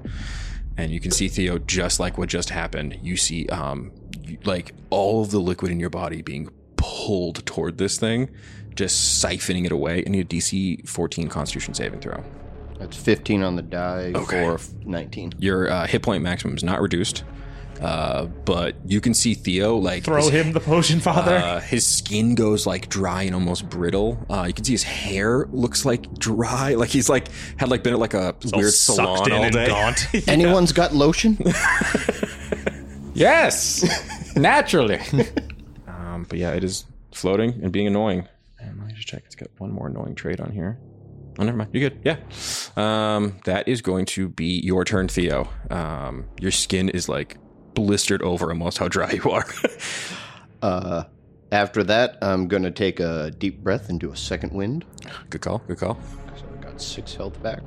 And you can see Theo just like what just happened. You see um you- like all of the liquid in your body being pulled toward this thing, just siphoning it away. I need a DC 14 constitution saving throw. That's 15 on the die Okay. for 19. Your uh, hit point maximum is not reduced. Uh, but you can see Theo like Throw his, him the potion, father. Uh, his skin goes like dry and almost brittle. Uh, you can see his hair looks like dry, like he's like had like been at like a All weird sucked salon in all and day. gaunt. Anyone's got lotion? Yes, naturally. Um, but yeah, it is floating and being annoying. And let me just check. It's got one more annoying trait on here. Oh, never mind. You're good. Yeah. Um, that is going to be your turn, Theo. Um, your skin is like blistered over almost how dry you are. Uh, after that, I'm going to take a deep breath and do a second wind. good call. Good call. So I got six health back.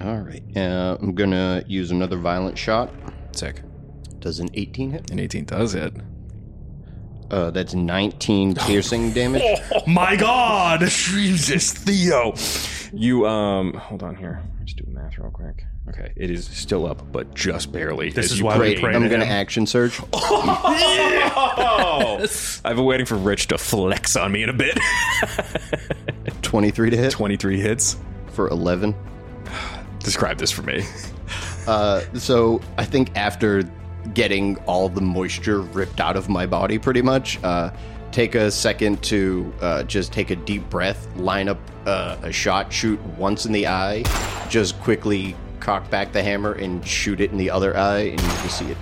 All right. Uh, I'm going to use another violent shot. Sick. Does an 18 hit? An 18 does it. Uh, that's 19 piercing damage. Oh my god! Jesus, Theo. You um, hold on here. Let's do math real quick. Okay, it is still up, but just barely. This As is you why we Great. pray I'm to going to him. action surge. Oh. I've been waiting for Rich to flex on me in a bit. 23 to hit 23 hits. for 11. Describe this for me. Uh, so I think after getting all the moisture ripped out of my body, pretty much, uh, take a second to uh, just take a deep breath, line up uh, a shot, shoot once in the eye, just quickly cock back the hammer and shoot it in the other eye, and you can see it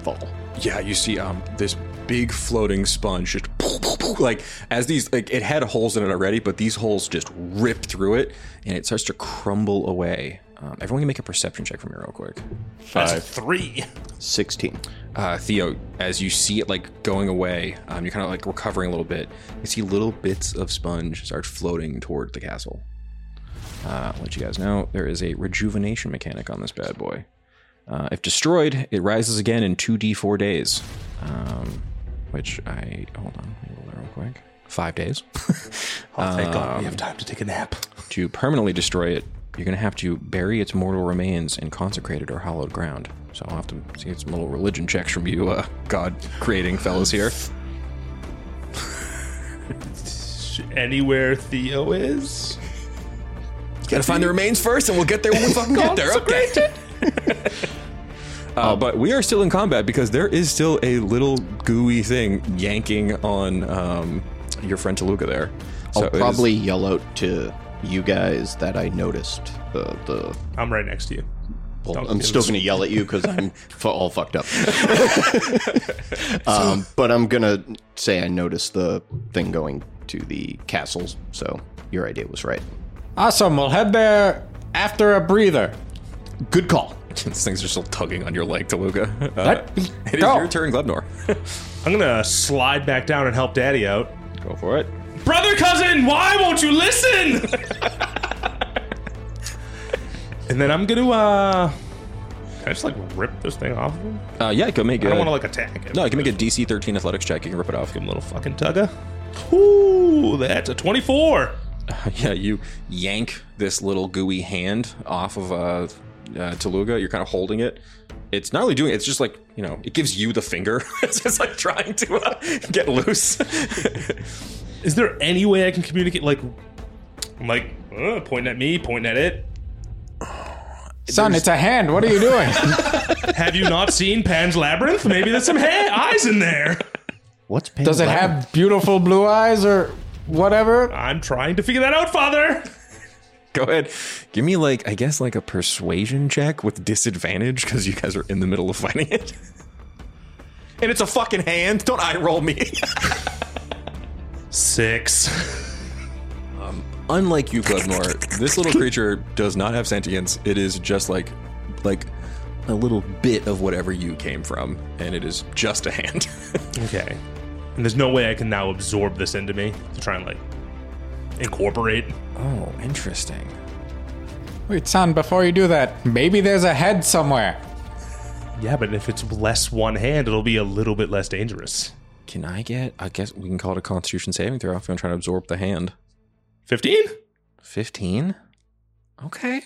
fall. Yeah, you see um this big floating sponge just poof, poof, poof, like as these like it had holes in it already, but these holes just rip through it and it starts to crumble away. Um, everyone can make a perception check for me real quick. That's three. 16. uh, Theo, as you see it like going away, um, you're kind of like recovering a little bit. You see little bits of sponge start floating toward the castle. Uh, I'll let you guys know there is a rejuvenation mechanic on this bad boy. Uh, if destroyed, it rises again in 2d4 days. Um, which I. Hold on, let me roll that real quick. Five days. Oh, thank Um, god we have time to take a nap. to permanently destroy it, you're going to have to bury its mortal remains in consecrated or hallowed ground. So I'll have to see some little religion checks from you, uh, God creating fellows here. Anywhere Theo is. Gotta find the remains first, and we'll get there when we fucking get there. Okay. Uh, but we are still in combat because there is still a little gooey thing yanking on um, your friend Toluca there. So I'll it is- probably yell out to you guys that I noticed uh, the. I'm right next to you. Well, Don't I'm do still this. going to yell at you because I'm f- all fucked up. um, but I'm going to say I noticed the thing going to the castles. So Your idea was right. Awesome. We'll head there after a breather. Good call. These things are still tugging on your leg, Toluca. Uh, Let me it is go. your turn, Glebnor. I'm gonna slide back down and help Daddy out. go for it. Brother, cousin, why won't you listen? and then I'm gonna uh, can I just like rip this thing off of him? Uh, yeah, go make I a. don't want to like attack it. no, you can make a DC 13 athletics check. You can rip it off. Give him a little fucking tugger. Ooh, that's a 24. Yeah, you yank this little gooey hand off of uh, uh, Toluga. You're kind of holding it. It's not really doing. It's just like you know, it gives you the finger. it's just like trying to uh, get loose. Is there any way I can communicate? Like, I'm like uh, pointing at me, pointing at it. Son, it's a hand. What are you doing? Have you not seen Pan's Labyrinth? Maybe there's some ha- eyes in there. What's Pan's Does it Labyrinth? have beautiful blue eyes or whatever? I'm trying to figure that out, Father. go ahead, give me like I guess like a persuasion check with disadvantage because you guys are in the middle of fighting it. and it's a fucking hand. Don't eye roll me. Six. unlike you, Glebnor, this little creature does not have sentience. It is just like, like a little bit of whatever you came from, and it is just a hand. Okay. And there's no way I can now absorb this into me to try and like incorporate. oh, interesting. Wait, son, before you do that, maybe there's a head somewhere. Yeah, but if it's less one hand, it'll be a little bit less dangerous. Can I get? I guess we can call it a Constitution saving throw if you want to try to absorb the hand. 15? Fifteen. Okay.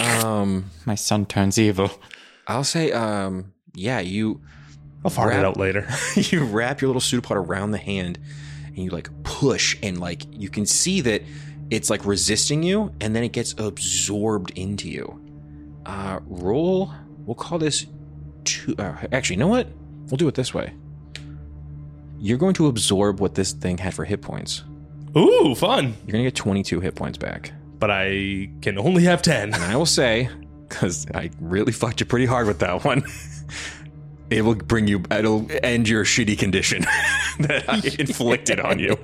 Um, My son turns evil. I'll say, um, yeah, you I'll fart Wrap- it out later. you wrap your little pseudopod around the hand and you like push and like you can see that it's like resisting you and then it gets absorbed into you uh roll we'll call this two uh, actually you know what we'll do it this way you're going to absorb what this thing had for hit points Ooh, fun. you're going to get 22 hit points back But I can only have 10. and i will say because i really fucked you pretty hard with that one it will bring you it'll end your shitty condition that i inflicted on you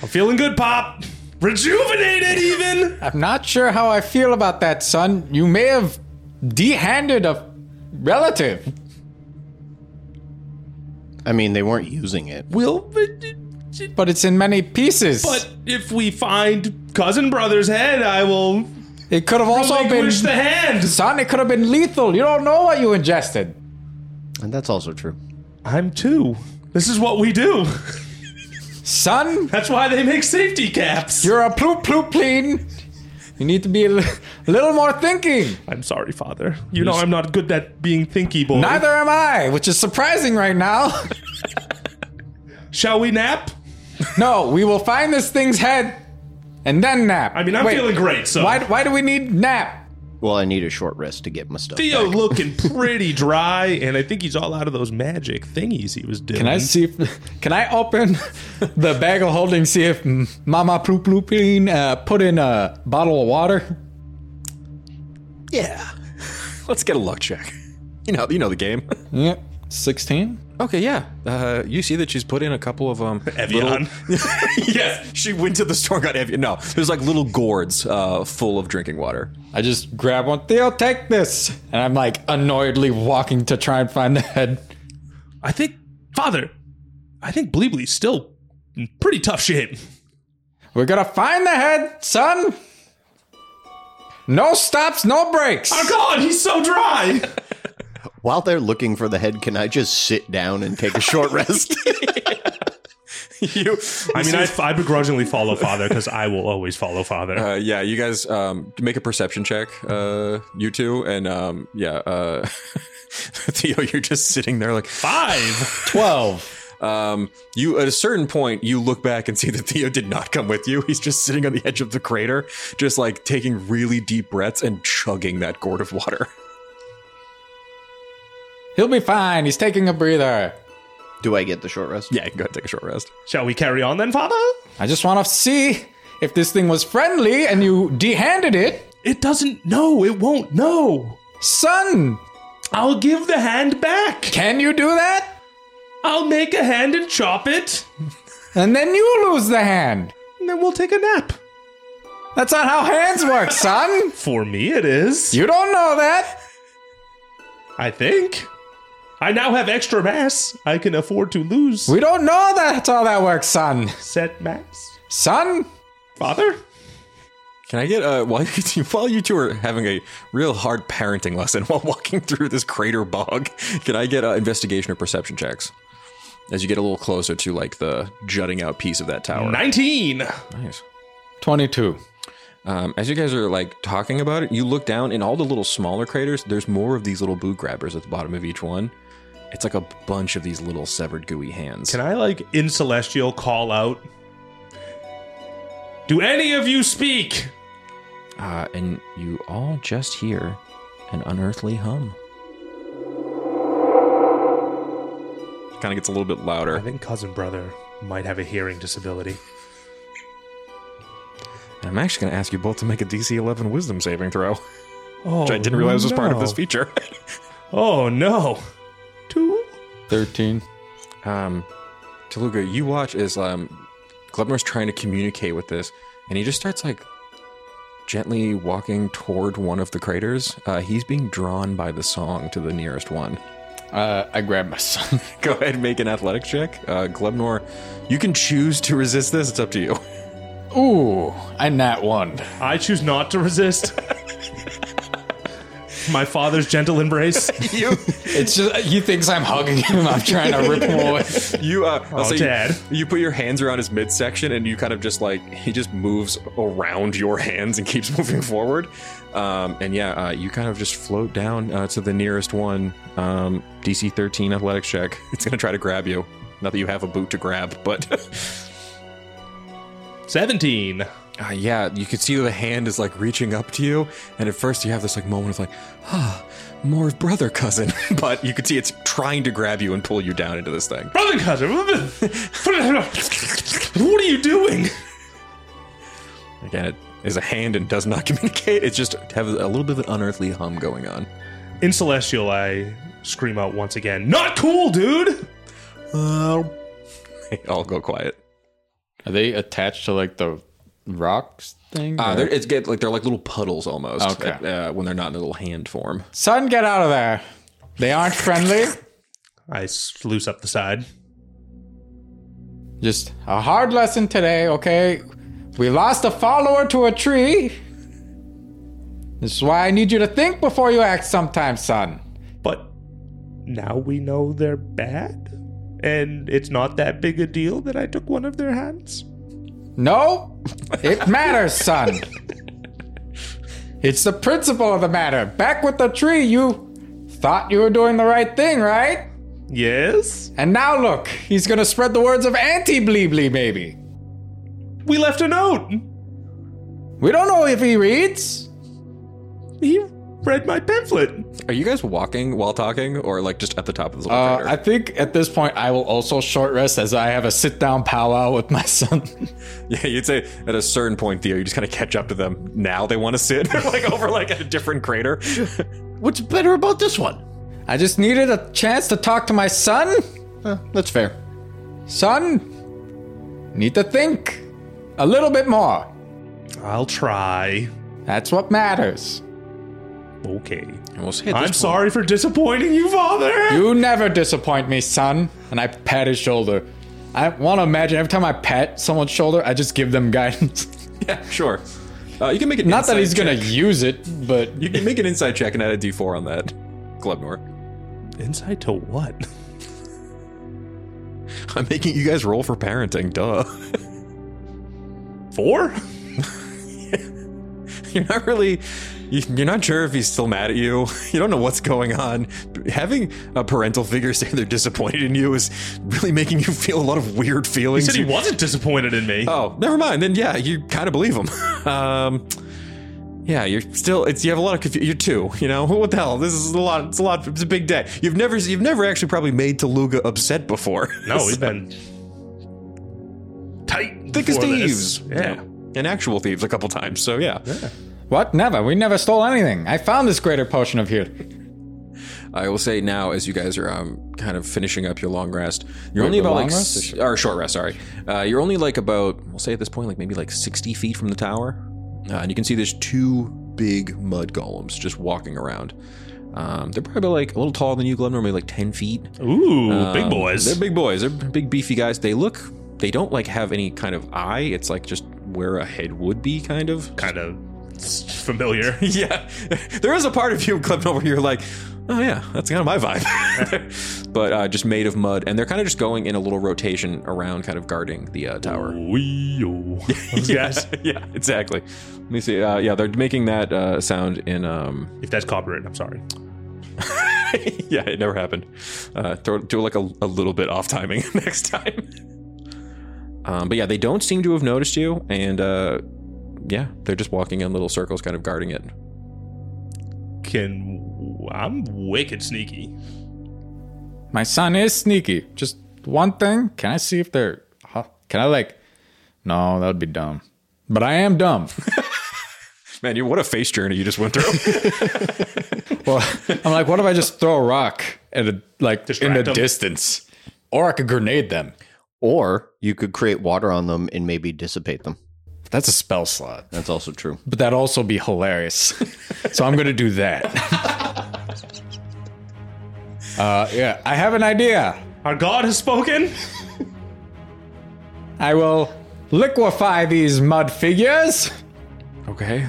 I'm feeling good, Pop. Rejuvenated, even. I'm not sure how I feel about that, son. You may have de-handed a relative. I mean, they weren't using it. Will, but, But it's in many pieces. but if we find cousin brother's head, I will it could have also been relinquish the hand. son. It could have been lethal. You don't know what you ingested. And that's also true. I'm two. This is what we do. Son, That's why they make safety caps. you're a ploop ploop plane. You need to be a li- little more thinking. I'm sorry, Father. You know I'm not good at being thinky, boy. Neither am I, which is surprising right now. Shall we nap? no, we will find this thing's head and then nap. I mean, I'm Wait, feeling great, so. Why, why do we need nap? Well, I need a short rest to get my stuff. Theo back. looking pretty dry, and I think he's all out of those magic thingies he was doing. Can I see? If, can I open the bag of holding? See if Mama Ploop Ploopine uh, put in a bottle of water. Yeah. Let's get a luck check. You know, you know the game. Yep, sixteen. Okay, yeah. Uh, you see that she's put in a couple of um. Evian? yes, she went to the store and got Evian. No, there's like little gourds uh, full of drinking water. I just grab one. Theo, take this, and I'm like annoyedly walking to try and find the head. I think, Father, I think Bleebly's still in pretty tough shape. We're gonna find the head, son. No stops, no breaks. Oh, God, he's so dry. While they're looking for the head, can I just sit down and take a short rest? you. I mean, I, I begrudgingly follow Father because I will always follow Father. Uh, yeah, you guys um, make a perception check, uh, you two, and um, yeah, uh, Theo, you're just sitting there like Five. Twelve. Um, you at a certain point, you look back and see that Theo did not come with you. He's just sitting on the edge of the crater, just like taking really deep breaths and chugging that gourd of water. He'll be fine. He's taking a breather. Do I get the short rest? Yeah, you can go ahead and take a short rest. Shall we carry on then, Father? I just want to see if this thing was friendly and you de-handed it, It doesn't. No, it won't. No. son. I'll give the hand back. Can you do that? I'll make a hand and chop it. And then you lose the hand. and then we'll take a nap. That's not how hands work, son. For me, it is. You don't know that. I think. I now have extra mass. I can afford to lose We don't know that's how that works, son. set mass. Son, Father? Can I get uh, while you, while you two are having a real hard parenting lesson while walking through this crater bog? Can I get uh, investigation or perception checks as you get a little closer to like the jutting out piece of that tower? 19. Nice. twenty-two. Um, as you guys are like talking about it, you look down in all the little smaller craters. There's more of these little boot grabbers at the bottom of each one. It's like a bunch of these little severed, gooey hands. Can I, like, in Celestial call out? Do any of you speak? Uh, and you all just hear an unearthly hum. Kind of gets a little bit I louder. think cousin brother might have a hearing disability. And I'm actually going to ask you both to make a DC 11 Wisdom saving throw, which Oh, I didn't realize was part of this no. feature. Oh no. Two. 13. um, Taluga, you watch as um, Glubner's trying to communicate with this, and he just starts like gently walking toward one of the craters. Uh, he's being drawn by the song to the nearest one. Uh, I grabbed my son. Go ahead and make an athletics check. Uh, Glubnor, you can choose to resist this. It's up to you. Ooh, I nat one. I choose not to resist. My father's gentle embrace. It's just he thinks I'm hugging him. I'm trying to rip him away. You, uh, I'll Oh, say you- Dad. You, put your hands around his midsection, and you kind of just like he just moves around your hands and keeps moving forward. Um, and yeah, uh, you kind of just float down uh, to the nearest one. Um, DC 13 athletics check. It's gonna try to grab you. Not that you have a boot to grab, but 17. uh, yeah, you can see the hand is like reaching up to you, and at first you have this like moment of like, ah, more brother cousin. but you can see it's trying to grab you and pull you down into this thing. Brother cousin. what are you doing? Again, it is a hand and does not communicate. It just have a little bit of an unearthly hum going on. In Celestial, I scream out once again, Not cool, dude! They all go quiet. Are they attached to like the rocks thing? Uh, or- they're, it's get like they're like little puddles almost. Okay. uh, when they're not in their little hand form. son, get out of there. They aren't friendly. I s- loose up the side. Just a hard lesson today, okay? We lost a follower to a tree. This is why I need you to think before you act sometimes, son. But now we know they're bad, and it's not that big a deal that I took one of their hands. No, it matters, son. It's the principle of the matter. Back with the tree, you thought you were doing the right thing, right? Yes? And now look, he's gonna spread the words of anti bleebly, maybe. We left a note! We don't know if he reads. He read my pamphlet. Are you guys walking while talking, or like just at the top of the little Uh, crater? I think at this point I will also short rest as I have a sit down powwow with my son. yeah, you'd say at a certain point, Theo, you just kind of catch up to them. Now they want to sit. They're like over like at a different crater. What's better about this one? I just needed a chance to talk to my son. Huh, Eh, that's fair. Son, need to think a little bit more. I'll try. That's what matters. Okay. And we'll say at this I'm point- sorry for disappointing you, Father! You never disappoint me, son. And I pat his shoulder. I want to imagine every time I pat someone's shoulder, I just give them guidance. Yeah, sure. Uh, you can make it. Not that he's gonna use it, but You can make an inside check and add a D4 on that, Glubnor. Insight to what? I'm making you guys roll for parenting. Duh. Four? You're not really. you- You're not sure if he's still mad at you. You don't know what's going on. Having a parental figure say they're disappointed in you is really making you feel a lot of weird He feelings. said he You- wasn't disappointed in me. oh, never mind. Then yeah, you kind of believe him. um, yeah, you're still. It's you have a lot of confusion. You're two. You know what the hell? This is a lot. It's a lot. It's a big day. You've never. You've never actually probably made Toluga upset before. No, we've been tight. Thick as before thieves. this. Yeah. And actual thieves a couple times. So yeah. what? Never. We never stole anything. I found this greater potion of here. I will say now, as you guys are um, kind of finishing up your long rest, you're Wait, only the about long like rest or s- or short rest. Sorry, uh, you're only like about we'll say at this point like maybe like sixty feet from the tower, uh, and you can see there's two big mud golems just walking around. Um, they're probably like a little taller than you, Glenn. Normally like ten feet. Ooh, big Um, boys. They're big boys. They're big beefy guys. They look. They don't like have any kind of eye. It's like just where a head would be, kind of. kind of s- familiar. yeah, there is a part of you clipped over here, like, oh yeah, that's kind of my vibe. but uh, just made of mud, and they're kind of just going in a little rotation around, kind of guarding the uh, tower. Wee-oo. Those guys. yeah, exactly. Let me see. Uh, yeah, they're making that uh, sound in. Um, If that's copyright, I'm sorry. yeah, it never happened. Uh, throw, do like a, a little bit off timing next time. Um, but yeah, they don't seem to have noticed you, and uh, yeah, they're just walking in little circles, kind of guarding it. Can I'm wicked sneaky. My son is sneaky. Just one thing. Can I see if they're? Huh? Can I like? No, that would be dumb. But I am dumb. Man, you what a face journey you just went through. Well, I'm like, what if I just throw a rock at a like Distract in the them. distance, or I could grenade them? Or you could create water on them and maybe dissipate them. That's a spell slot, That's also true. but that'd also be hilarious. so I'm gonna do that. uh, yeah, I have an idea. Our God has spoken. I will liquefy these mud figures. okay.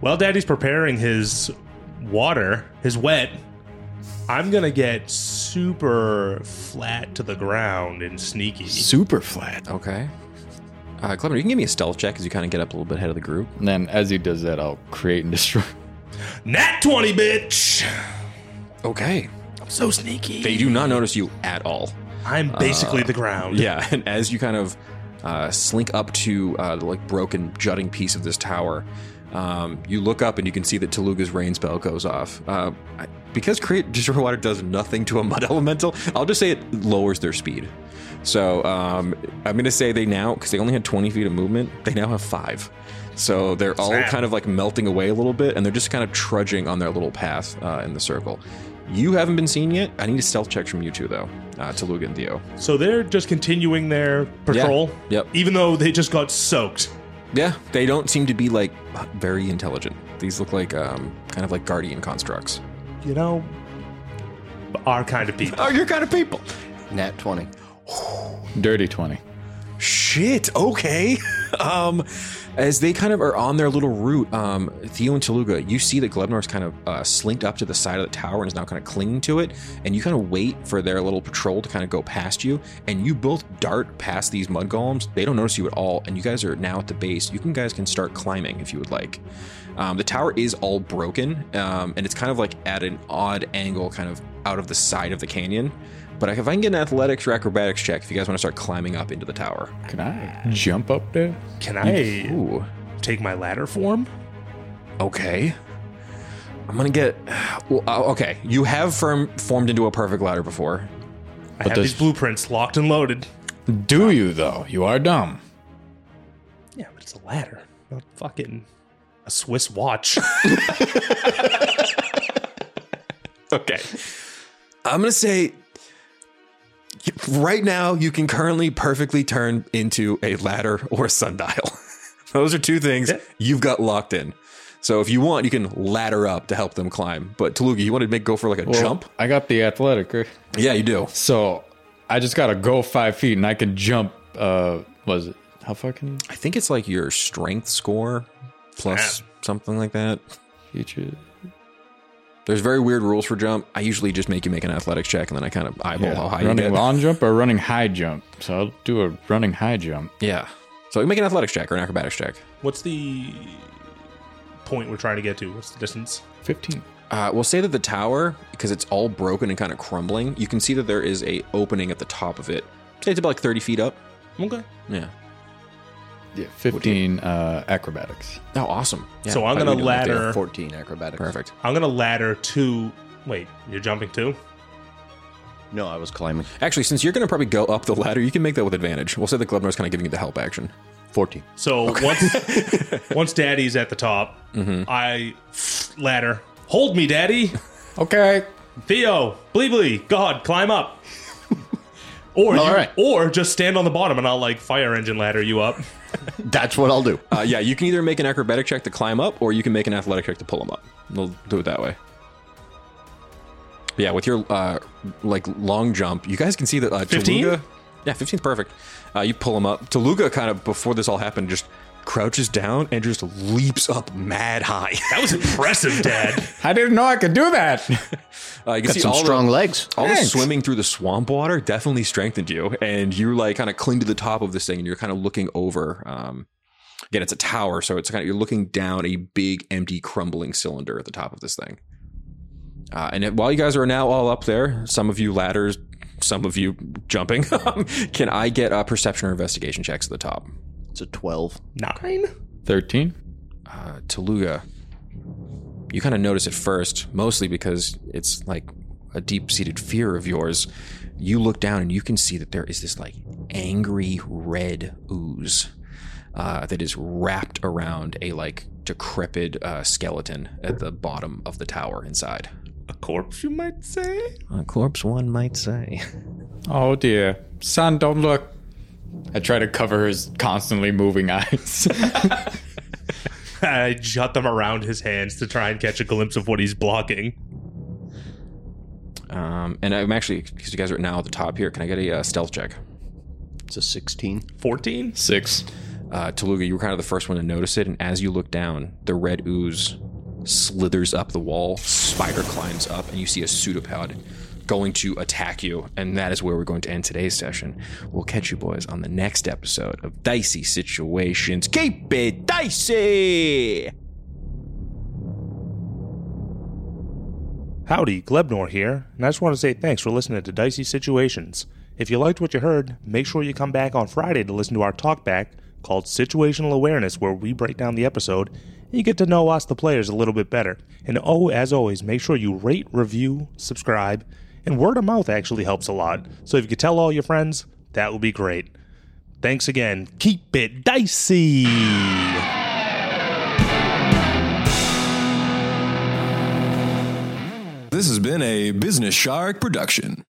While Daddy's preparing his water, his wet, I'm gonna get super flat to the ground and sneaky. Super flat. Okay. Uh, Clever, you can give me a stealth check as you kind of get up a little bit ahead of the group. And then as he does that, I'll create and destroy. Nat 20, bitch! Okay. I'm so sneaky. They do not notice you at all. I'm basically the ground. Yeah, and as you kind of uh, slink up to uh, the like broken, jutting piece of this tower, um, you look up and you can see that Toluga's rain spell goes off. Uh, I- because create destroy water does nothing to a mud elemental, I'll just say it lowers their speed. So um, I'm going to say they now, because they only had 20 feet of movement, they now have five. So they're all Snap. kind of like melting away a little bit, and they're just kind of trudging on their little path uh, in the circle. You haven't been seen yet. I need a stealth check from you two, though, uh, Toluga and Theo. So they're just continuing their patrol. Yep. Even though they just got soaked. Yeah, they don't seem to be like very intelligent. These look like um, kind of like guardian constructs. You know, our kind of people. Oh, your kind of people. Nat 20. Dirty twenty. Shit. Okay. um, as they kind of are on their little route, um, Theo and Teluga, you see that Glebnor's kind of uh, slinked up to the side of the tower and is now kind of clinging to it, and you kind of wait for their little patrol to kind of go past you, and you both dart past these mud golems. They don't notice you at all, and you guys are now at the base. You can guys can start climbing if you would like. Um, the tower is all broken, um, and it's kind of like at an odd angle, kind of out of the side of the canyon. But if I can get an athletics or acrobatics check, if you guys want to start climbing up into the tower, Can I jump up there? Can I ooh, take my ladder form? okay. I'm gonna get. Well, uh, okay, you have firm, formed into a perfect ladder before. I have does- these blueprints locked and loaded. Do you though? You are dumb. Yeah, but it's a ladder, not fucking a Swiss watch. Okay. I'm gonna say. Right now, you can currently perfectly turn into a ladder or a sundial. Those are two things Yeah. you've got locked in. So if you want, you can ladder up to help them climb. But Toluga, you want to make go for like a Well, jump? I got the athletic, right? Yeah, you do. so I just gotta go five feet and I can jump. Uh, was it how fucking I think it's like your strength score plus Snap. something like that. future? There's very weird rules for jump. I usually just make you make an athletics check and then I kind of eyeball how high you running get. long jump or running high jump. So I'll do a running high jump. Yeah. So you make an athletics check or an acrobatics check. What's the point we're trying to get to? What's the distance? Fifteen. Uh, we'll say that the tower, because it's all broken and kind of crumbling, you can see that there is a opening at the top of it. Say it's about like 30 feet up. Okay. Yeah. Yeah, fifteen uh, acrobatics. Oh, awesome. Yeah, So I'm how do gonna we do that, Dave? ladder- 14 acrobatics. Perfect. I'm gonna ladder to. Wait, you're jumping too? No, I was climbing. Actually, since you're going to probably go up the ladder, you can make that with advantage. We'll say that Glebner's kind of giving you the help action. 14. So once once Mm-hmm. Daddy's at the top, I ladder. Hold me, Daddy. Okay, Theo, Blee Blee, God, climb up. Or, All you, right. or just stand on the bottom and I'll like fire engine ladder you up. That's what I'll do. Uh, yeah, you can either make an acrobatic check to climb up, or you can make an athletic check to pull him up. We'll do it that way. Yeah, with your uh, like long jump, you guys can see that uh, 15? Toluga. Yeah, 15's perfect. Uh, you pull him up. Toluga kind of before this all happened just crouches down and just leaps up mad high. That was impressive, Dad. I didn't know I could do that. Uh, you can Got see some all the- strong legs. All the Thanks. swimming through the swamp water definitely strengthened you, and you like kind of cling to the top of this thing, and you're kind of looking over. Um, again, it's a tower, so it's kind of you're looking down a big, empty, crumbling cylinder at the top of this thing. Uh, and it- while you guys are now all up there, some of you ladders, some of you jumping, um, can I get uh, perception or investigation checks at the top? It's a 12. Nine? 13? uh, Toluga, you kind of notice it first, mostly because it's like a deep seated fear of yours. You look down and you can see that there is this like angry red ooze uh, that is wrapped around a like decrepit uh, skeleton at the bottom of the tower inside. A corpse, you might say? A corpse, one might say. Oh dear. Son, don't look. I try to cover his constantly moving eyes. I jut them around his hands to try and catch a glimpse of what he's blocking. Um, and I'm actually, because you guys are now at the top here, can I get a uh, stealth check? It's a 16. 14? Six. uh, Toluga, you were kind of the first one to notice it, and as you look down, the red ooze slithers up the wall, spider climbs up, and you see a pseudopod going to attack you. And that is where we're going to end today's session. We'll catch you boys on the next episode of Dicey Situations. Keep it dicey! Howdy, Glebnor here, and I just want to say thanks for listening to Dicey Situations. If you liked what you heard, make sure you come back on Friday to listen to our talkback called Situational Awareness, where we break down the episode and you get to know us, the players, a little bit better. And oh, as always, make sure you rate, review, subscribe, and word of mouth actually helps a lot. So if you could tell all your friends, that would be great. Thanks again. Keep it dicey. This has been a Business Shark production.